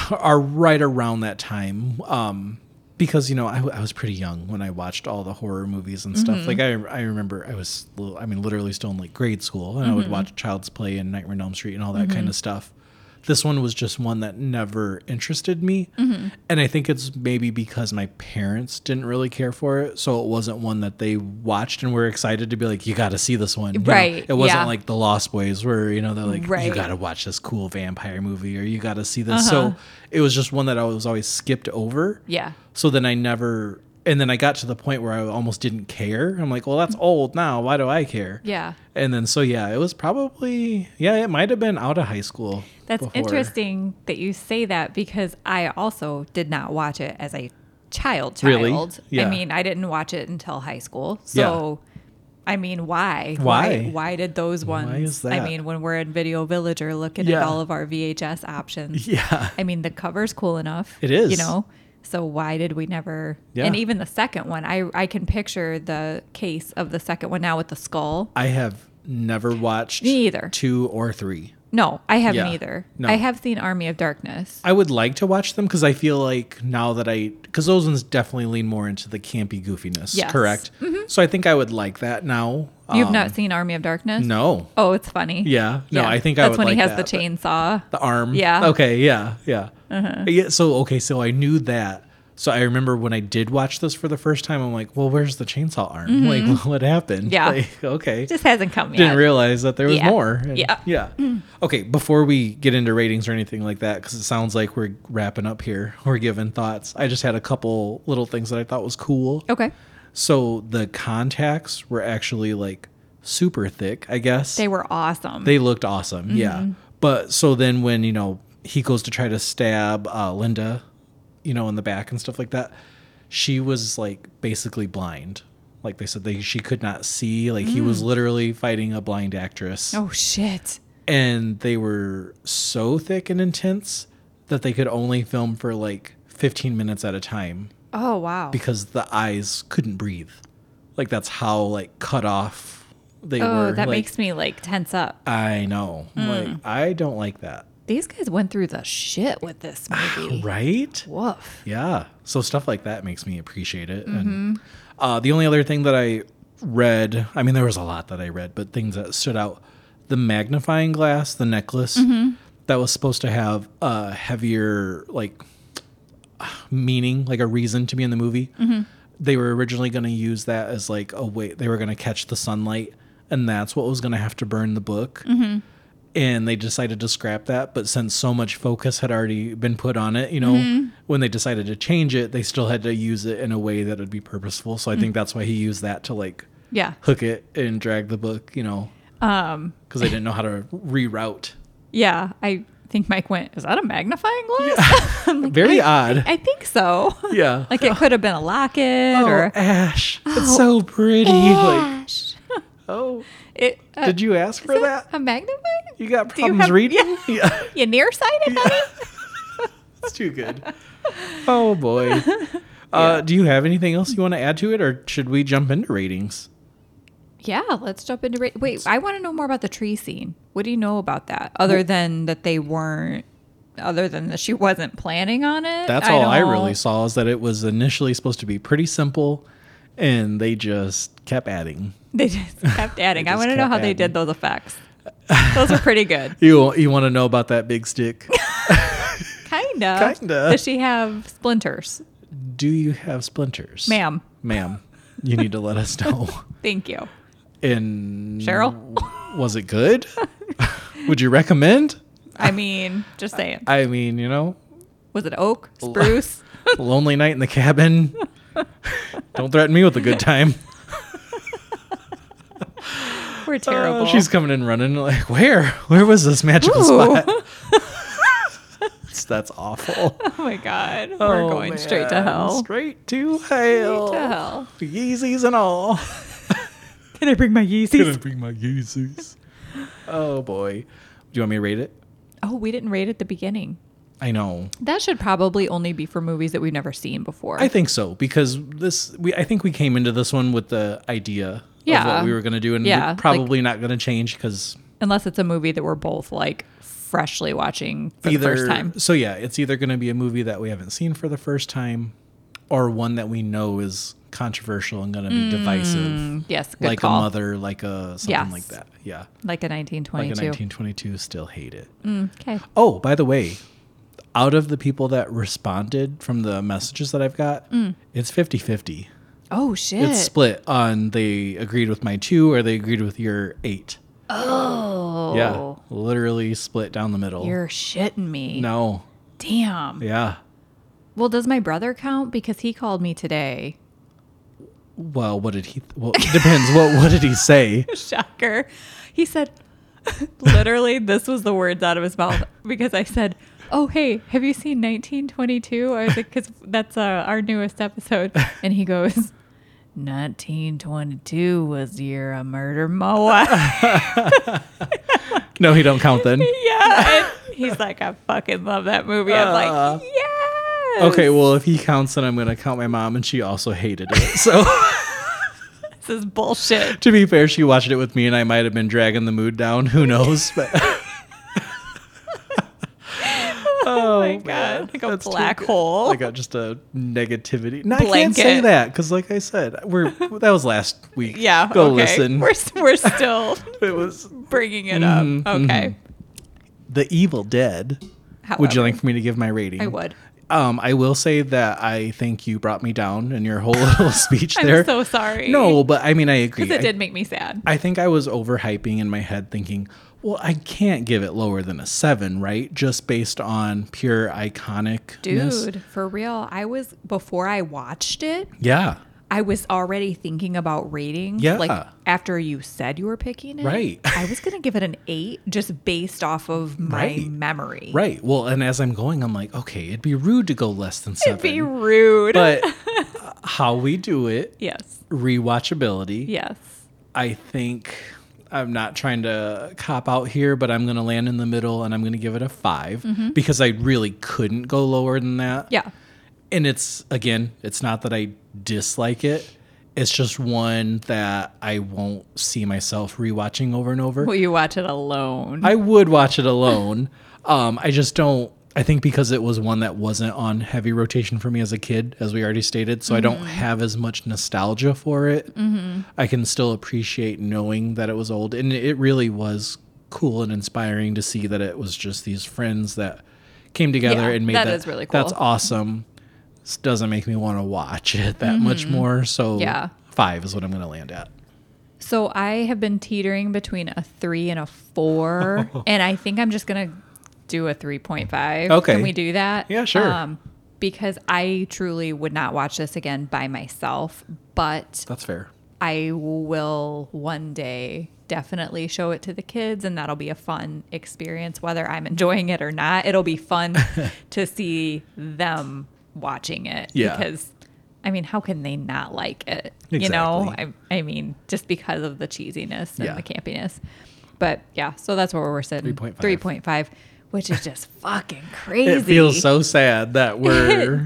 B: are right around that time. Um, because you know, I, I was pretty young when I watched all the horror movies and stuff.
C: Mm-hmm.
B: Like I, I remember I was, li- I mean, literally still in like grade school, and I
C: Mm-hmm.
B: would watch Child's Play and Nightmare on Elm Street and all that kind of stuff. This one was just one that never interested me,
C: Mm-hmm.
B: and I think it's maybe because my parents didn't really care for it, so it wasn't one that they watched and were excited to be like, "You got to see this one." you know?
C: Right,
B: it wasn't
C: yeah.
B: like the Lost Boys, where you know they're like,
C: Right.
B: "You got to watch this cool vampire movie or you got to see this. So it was just one that I was always skipped over.
C: Uh-huh. Yeah.
B: So then I never And then I got to the point where I almost didn't care. I'm like, well, that's old now. Why do I care?
C: Yeah.
B: And then so yeah, it was probably yeah, it might have been out of high school.
C: That's
B: before.
C: interesting that you say that because I also did not watch it as a child. Child.
B: Really? Yeah.
C: I mean, I didn't watch it until high school. So, I mean, why?
B: Why?
C: Why, why did those ones?
B: is that?
C: I mean, when we're in Video Village or looking
B: Yeah.
C: at all of our VHS options,
B: Yeah.
C: I mean, the cover's cool enough.
B: It is.
C: You know? So why did we never?
B: Yeah.
C: And even the second one, I I can picture the case of the second one now with the skull.
B: I have never watched
C: Me either.
B: two or three.
C: No, I have
B: Yeah.
C: neither.
B: No.
C: I have seen Army of Darkness.
B: I would like to watch them because I feel like now that I because those ones definitely lean more into the campy goofiness,
C: Yes. Mm-hmm.
B: correct? So I think I would like that now.
C: You've
B: Um,
C: not seen Army of Darkness?
B: No.
C: Oh, it's funny.
B: Yeah. No, I think I
C: that's
B: would
C: when he
B: like
C: has
B: that,
C: the
B: but-
C: chainsaw.
B: The arm.
C: Yeah. Uh-huh.
B: Okay. Yeah. Yeah. Yeah. So okay. So I knew that. So I remember when I did watch this for the first time, I'm like, well, where's the chainsaw arm? Like, what happened?
C: Mm-hmm. Yeah.
B: Like, okay.
C: Just hasn't come yet.
B: didn't realize that there was
C: Yeah.
B: more. And-
C: Yeah. Mm-hmm.
B: Yeah. Okay. Before we get into ratings or anything like that, because it sounds like we're wrapping up here, we're giving thoughts. I just had a couple little things that I thought was cool.
C: okay.
B: So the contacts were actually like super thick, I guess.
C: They were awesome.
B: They looked awesome.
C: Mm-hmm.
B: Yeah. But so then when, you know, he goes to try to stab uh, Linda, you know, in the back and stuff like that, she was like basically blind. Like they said, they, she could not see. Like he was literally fighting a blind actress.
C: Mm. oh shit.
B: And they were so thick and intense that they could only film for like 15 minutes at a time
C: Oh wow.
B: because the eyes couldn't breathe. Like that's how like cut off they
C: oh,
B: were.
C: that
B: like,
C: makes Hmm. me like tense up.
B: I know. Like I don't like that.
C: These guys went through the shit with this movie.
B: Right?
C: Woof.
B: Yeah. So stuff like that makes me appreciate it. And uh, the only other thing that I read, I mean, there was a lot that I read, but things that stood out: the magnifying glass, the necklace that was supposed to have a heavier like meaning, like a reason to be in the movie. They were originally going to use that as like a way they were going to catch the sunlight, and that's what was going to have to burn the book. And they decided to scrap that, but since so much focus had already been put on it, you know,
C: Mm-hmm.
B: when they decided to change it, they still had to use it in a way that would be purposeful. So I
C: Mm.
B: think that's why he used that to like
C: Yeah.
B: hook it and drag the book, you know,
C: Um.
B: because they didn't know how to reroute.
C: Yeah. I think Mike went. Is that a magnifying glass? I'm like,
B: Very
C: I-
B: odd.
C: I think so.
B: Yeah.
C: like Oh. it could have been a locket
B: oh,
C: or.
B: Ash, it's so pretty. Like,
C: Gosh.
B: oh,
C: It, uh,
B: did you ask for
C: is
B: that?
C: a magnifying?
B: You got
C: Do you
B: problems
C: have-
B: reading? Yeah.
C: You nearsighted, honey?
B: it's too good. Oh boy. Uh, do you have anything else you want to add to it, or should we jump into ratings?
C: Yeah, let's jump into. Ra- Wait, I want to know more about the tree scene. What do you know about that, other than that they weren't, other than that she wasn't planning on it?
B: That's all I
C: don't-
B: really saw is that it was initially supposed to be pretty simple, and they just kept adding.
C: They just kept adding.
B: They
C: I
B: just
C: want to know
B: kept
C: how they
B: adding.
C: did those effects. Those are pretty good,
B: You you want to know about that big stick?
C: kinda.
B: Kinda.
C: Does she have splinters,
B: do you have splinters,
C: ma'am?
B: Ma'am, you need to let us know.
C: Thank you,
B: And
C: Cheryl.
B: was it good? Would you recommend?
C: I mean, just saying.
B: I mean, you know,
C: Was it oak, spruce?
B: lonely night in the cabin. Don't threaten me with a good time.
C: We're
B: Oh,
C: terrible.
B: she's coming in running like, where? Where was this magical
C: Ooh.
B: spot? That's- That's awful.
C: oh my god, we're going straight to hell.
B: Oh, Straight to hell.
C: Straight to hell.
B: Yeezys and all.
C: Can I bring my
B: Gonna
C: Yeezys?
B: bring my Yeezys. Oh boy. Do you want me to rate it?
C: Oh, we didn't rate at the beginning.
B: I know.
C: That should probably only be for movies that we've never seen before.
B: I think so because this. We I think we came into this one with the idea of
C: Yeah.
B: what we were going to do, and we're
C: Yeah, like-
B: probably not going to change because
C: Unless it's a movie that we're both like freshly watching for
B: either
C: the first time.
B: So yeah, it's either going to be a movie that we haven't seen for the first time, or one that we know is controversial and going to be divisive,
C: Yes, Mm, good
B: like
C: call.
B: a mother, like a something
C: Yes.
B: like that. Yeah,
C: Like a
B: like
C: 1922.
B: a 1922, still hate it.
C: okay.
B: Oh, by the way, out of the people that responded from the messages that I've got, it's 50 50.
C: Oh shit.
B: It's split on they agreed with my two or they agreed with your eight.
C: oh.
B: Yeah, literally split down the middle.
C: You're shitting me.
B: no,
C: Damn.
B: yeah.
C: Well, does my brother count because he called me today
B: Well, what did he? Well, it depends. what what did he say?
C: Shocker. He said, literally, this was the words out of his mouth because I said, Oh, hey, have you seen 1922? I was like, because that's uh, our newest episode. And he goes, 1922 was the year I murdered my wife.
B: No, he don't count then.
C: yeah. And he's like, I fucking love that movie. I'm
B: Uh,
C: like, yes.
B: Okay, well, if he counts, then I'm gonna count my mom, and she also hated it. So
C: This is bullshit.
B: to be fair, she watched it with me, and I might have been dragging the mood down. Who knows? But
C: Oh, my
B: man,
C: God. Like a
B: that's too
C: black
B: good.
C: hole.
B: I got just a negativity. No, I can't
C: Blanket.
B: say that because, like I said, we're that was last week.
C: yeah.
B: go
C: okay.
B: listen.
C: We're, s- we're still
B: It was
C: bringing it up.
B: Mhm,
C: Okay.
B: The Evil Dead. Would you
C: However,
B: like for me to give my rating?
C: Um, I would.
B: Um, I will say that I think you brought me down in your whole little speech
C: I'm
B: there.
C: so sorry.
B: No, but I mean, I agree.
C: Because it
B: I-
C: did make me sad.
B: I think I was overhyping in my head, thinking, well, I can't give it lower than a seven, right? Just based on pure iconic.
C: Dude, for real. I was, before I watched it,
B: Yeah.
C: I was already thinking about ratings.
B: Yeah.
C: Like after you said you were picking it.
B: Right.
C: I was going to give it an eight just based off of my
B: Right.
C: memory.
B: Right. Well, and as I'm going, I'm like, okay, it'd be rude to go less than seven.
C: It'd be rude.
B: But how we do it,
C: yes.
B: rewatchability.
C: Yes.
B: I think I'm not trying to cop out here, but I'm going to land in the middle and I'm going to give it a 5 because I really couldn't go lower than that.
C: Mm-hmm. Yeah.
B: And it's, again, it's not that I dislike it. It's just one that I won't see myself rewatching over and over.
C: Will you watch it alone?
B: I would watch it alone. um, I just don't. I think because it was one that wasn't on heavy rotation for me as a kid, as we already stated, so I don't
C: Mm-hmm.
B: have as much nostalgia for it. I can still appreciate knowing that it was old, and it really was cool and inspiring to see that it was just these friends that came together
C: Yeah,
B: and made
C: that
B: that.
C: is really
B: That's
C: cool.
B: awesome. This doesn't make me want to watch it that much more. So
C: Mm-hmm. Yeah.
B: five is what I'm going to land at.
C: So I have been teetering between a three and a four, and I think I'm just gonna do a three point five.
B: Okay.
C: can we do that? Um,
B: Yeah, sure.
C: because I truly would not watch this again by myself, but
B: That's fair.
C: I will one day definitely show it to the kids, and that'll be a fun experience, whether I'm enjoying it or not. It'll be fun to see them watching it.
B: Yeah.
C: Because, I mean, how can they not like it? You know, I,
B: Exactly.
C: I mean, just because of the cheesiness and
B: Yeah.
C: the campiness. But yeah, so that's where we're sitting
B: 3.5.
C: 3.5, which is just fucking crazy.
B: It feels so sad that we're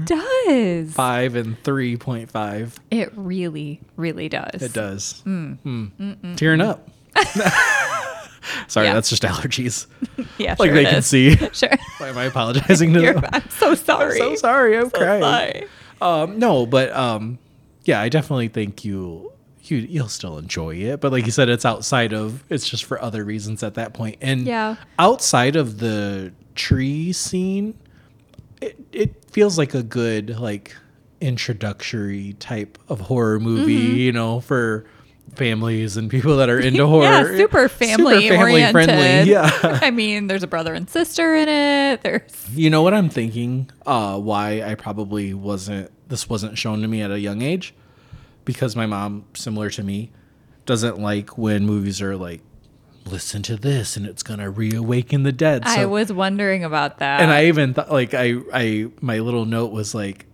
C: It does.
B: five and three point five.
C: It really, really does.
B: It does.
C: Mm.
B: Hmm. Tearing up. Sorry,
C: Yeah.
B: that's just allergies.
C: Yeah,
B: Like
C: sure
B: they
C: it
B: can
C: is.
B: see.
C: Sure.
B: Why am I apologizing to
C: You're-
B: them?
C: I'm so sorry.
B: So sorry, I'm
C: So
B: crying.
C: sorry.
B: Um, no, but um, yeah, I definitely think you you you'll still enjoy it. But like you said, it's outside of it's just for other reasons at that point. And
C: Yeah.
B: outside of the tree scene, it it feels like a good like introductory type of horror movie, you know, for families and people that are into horror.
C: Mm-hmm. Yeah, super family, oriented.
B: Yeah.
C: I mean, there's a brother and sister in it. There's
B: You know what I'm thinking? Uh, why I probably wasn't this wasn't shown to me at a young age, because my mom, similar to me, doesn't like when movies are like, listen to this and it's gonna reawaken the dead.
C: I was wondering about that.
B: and I even thought like I I my little note was like,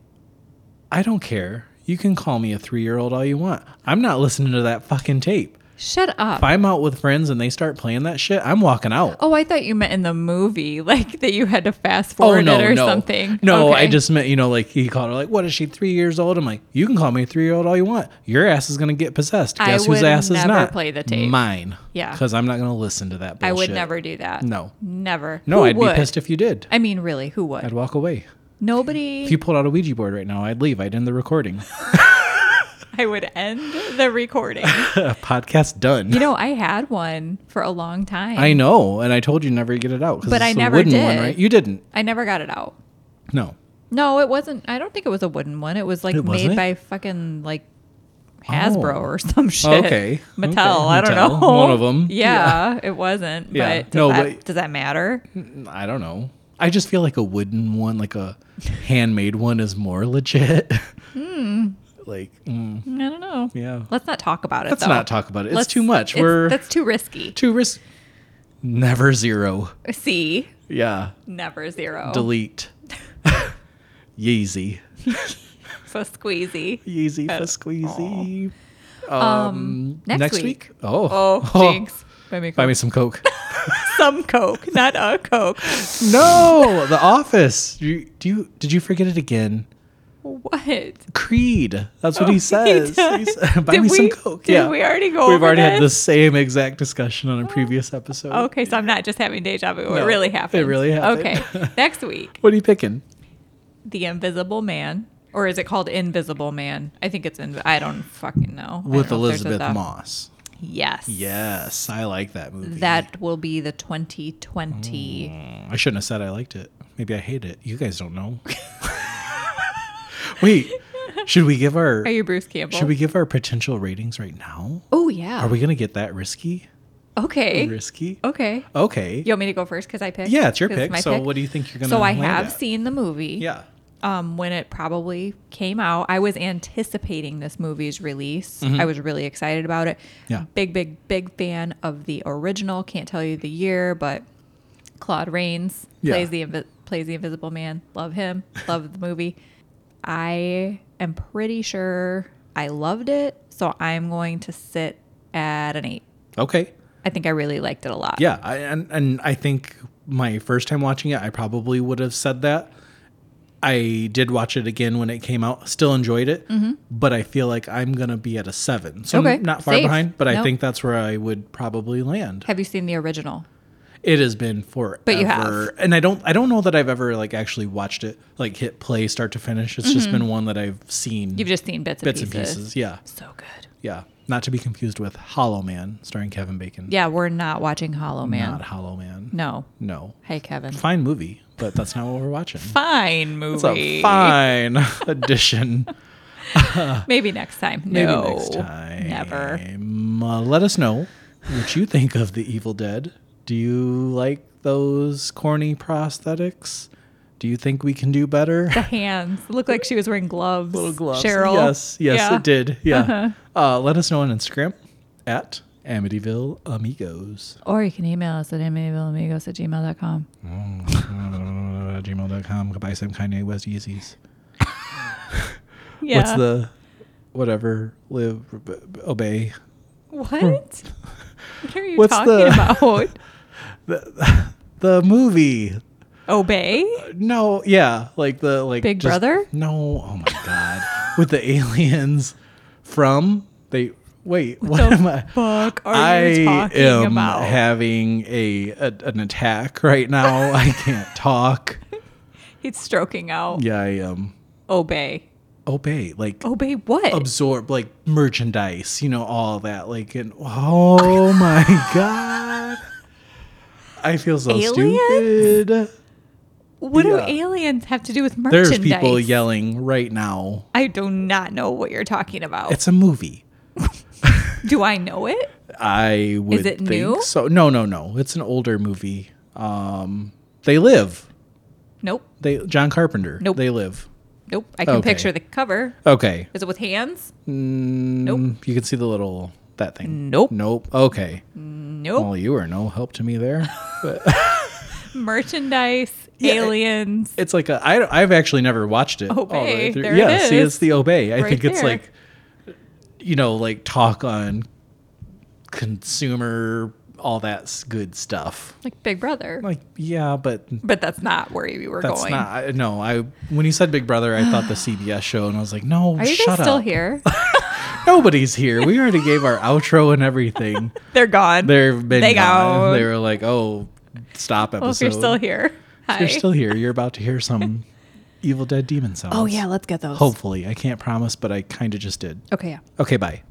B: I don't care. You can call me a three year old all you want. I'm not listening to that fucking tape.
C: Shut up.
B: If I'm out with friends and they start playing that shit, I'm walking out.
C: Oh, I thought you meant in the movie, like that you had to fast forward it or
B: Oh, no.
C: something.
B: No, I
C: Okay.
B: just meant, you know, like he called her like, what is she, three years old? I'm like, you can call me three year old all you want. Your ass is going to get possessed.
C: I
B: Guess whose
C: would
B: ass is
C: never
B: not?
C: play the tape.
B: Mine.
C: Yeah.
B: Because I'm not going to listen to that
C: I
B: bullshit.
C: would never do that.
B: No.
C: Never.
B: No,
C: Who
B: I'd
C: would?
B: be pissed if you did.
C: I mean, really, who would?
B: I'd walk away.
C: Nobody.
B: If you pulled out a Ouija board right now, I'd leave. I'd end the recording.
C: I would end the recording.
B: Podcast done.
C: you know, I had one for a long time.
B: I know. And I told you never to get it out. 'cause
C: But I
B: it's a
C: never
B: wooden
C: did.
B: One, right? You didn't.
C: I never got it out.
B: No.
C: No, it wasn't. I don't think it was a wooden one. It was like
B: It
C: made
B: wasn't?
C: by fucking like Hasbro
B: Oh.
C: or some shit.
B: Okay.
C: Mattel.
B: Okay.
C: I don't
B: Mattel,
C: know.
B: one of 'em.
C: Yeah, it wasn't.
B: Yeah.
C: But, does,
B: No,
C: that,
B: but-
C: does that matter?
B: I don't know. I just
C: Hmm.
B: feel like a wooden one, like a handmade one, is more legit. Like,
C: I don't know.
B: yeah.
C: Let's not talk about it.
B: Let's
C: though.
B: not talk about it. It's
C: Let's-
B: too much.
C: it's-
B: We're-
C: that's too risky.
B: Two risk. Never zero.
C: See,
B: Yeah.
C: never zero.
B: Delete. Yeezy.
C: so squeezy.
B: Yeezy for squeezy.
C: Uh, Um, next, week.
B: Oh.
C: Oh, jinx. Buy me,
B: Buy me
C: Coke.
B: some Coke.
C: some Coke, not a Coke.
B: no, The Office. You, do you, did you forget it again?
C: What?
B: Creed. That's what
C: Oh,
B: he
C: he
B: says.
C: does.
B: He sa- Buy
C: Did
B: me some
C: we-
B: Coke.
C: did
B: yeah.
C: we already go
B: We've
C: over
B: already had the
C: this? Oh.
B: same exact discussion on a previous episode.
C: Okay, so I'm not just having deja vu.
B: No,
C: it really
B: it
C: happened.
B: really happened.
C: Okay, next week,
B: What are you picking?
C: The Invisible Man, or is it called Invisible Man? I think it's in. I don't fucking know. I
B: With
C: don't know if there's
B: Elizabeth
C: a-
B: Moss.
C: Yes.
B: Yes, I like that movie.
C: That will be the 2020.
B: I shouldn't have said I liked it. Maybe I hate it. You guys don't know. Wait, should we give our
C: Are you Bruce Campbell?
B: should we give our potential ratings right now?
C: Oh yeah.
B: Are we gonna get that risky?
C: okay?
B: Risky.
C: Okay.
B: Okay.
C: You want me to go first because I picked.
B: Yeah, it's your
C: 'Cause
B: pick.
C: my
B: So what do you think you're gonna?
C: So I
B: land
C: have
B: at?
C: seen the movie.
B: Yeah.
C: um, when it probably came out. I was anticipating this movie's release. I was really excited about it.
B: Mm-hmm. Yeah.
C: Big, big, big fan of the original. Can't tell you the year, but Claude Rains
B: Yeah.
C: plays the invi- plays the Invisible Man. Love him. Love the movie. I am pretty sure I loved it, so I'm going to sit at an eight.
B: Okay.
C: I think I really liked it a lot.
B: Yeah, I, and and I think my first time watching it, I probably would have said that. I did watch it again when it came out. Still enjoyed it, but I feel like I'm gonna be at a seven, so
C: Mm-hmm. Okay,
B: I'm not far
C: safe.
B: behind. But I
C: No.
B: think that's where I would probably land.
C: Have you seen the original?
B: It has been forever.
C: But you
B: and I don't. I don't know that I've ever like actually watched it, like hit play start to finish. It's just been one that I've seen
C: Mm-hmm. You've just seen bits and
B: bits
C: pieces.
B: and pieces. Yeah,
C: So good.
B: yeah. Not to be confused with Hollow Man, starring Kevin Bacon.
C: Yeah, we're not watching Hollow Man.
B: not Hollow Man.
C: No.
B: no.
C: Hey, Kevin.
B: Fine movie, but that's not what we're watching.
C: Fine movie.
B: It's a fine edition.
C: Maybe next time.
B: Maybe
C: no,
B: next time.
C: Never.
B: Uh, let us know what you think of The Evil Dead. Do you like those corny prosthetics? Do you think we can do better?
C: The hands looked like she was wearing gloves.
B: Little gloves.
C: Cheryl.
B: Yes, yes,
C: Yeah. Uh-huh.
B: it did. Yeah. uh let us know on Instagram at Amityville Amigos.
C: Or you can email us at amiableamigos at gmail.com.
B: gmail.com. Goodbye, Sam Kanye West Yeezys.
C: Yeah.
B: What's the whatever, live, obey?
C: What? What are you
B: Hmm. What's
C: talking
B: the-
C: about?
B: The movie
C: Obey?
B: No, yeah, like the like
C: Big Brother?
B: No, oh my god, with the aliens from they wait. What,
C: the
B: am I?
C: fuck are
B: I
C: you talking
B: am
C: about?
B: having a, a an attack right now. I can't talk.
C: He's stroking out.
B: Yeah, I am.
C: Obey.
B: Obey, like
C: Obey what?
B: absorb, like merchandise. You know all that. Like and oh my god, I feel so
C: Aliens?
B: stupid.
C: what
B: yeah.
C: do aliens have to do with merchandise?
B: There's people yelling right now.
C: I do not know what you're talking about.
B: It's a movie.
C: do I know it?
B: I would
C: it
B: think
C: new?
B: so. No, no, no. It's an older movie. Um, they live.
C: Nope.
B: They John Carpenter.
C: Nope.
B: They live.
C: Nope. I can
B: Okay.
C: picture the cover.
B: Okay.
C: Is it with hands?
B: Nope. You can see the little that thing.
C: Nope.
B: Nope. Okay.
C: Nope.
B: Well, you were no help to me there.
C: merchandise,
B: Yeah, it-
C: aliens.
B: it's like a I I've actually never watched it. all the way
C: Obey.
B: through.
C: There it
B: yeah. See,
C: is.
B: it's the obey. I
C: Right
B: think it's
C: there.
B: like you know, like talk on consumer, all that s- good stuff.
C: like Big Brother.
B: Like, yeah, but
C: But that's not where you were
B: That's
C: going.
B: not I- no. I when you said Big Brother, I thought the CBS show, and I was like, no,
C: Are you
B: shut
C: guys still
B: up.
C: here?
B: Nobody's here. We already gave our outro and everything.
C: They're gone.
B: They've been
C: They
B: gone.
C: gone.
B: They were like, oh, stop episode.
C: well, if you're still here.
B: If
C: Hi.
B: you're still here. You're about to hear some Evil Dead demon sounds.
C: oh yeah, let's get those.
B: Hopefully, I can't promise, but I kind of just did.
C: Okay, yeah.
B: Okay, bye.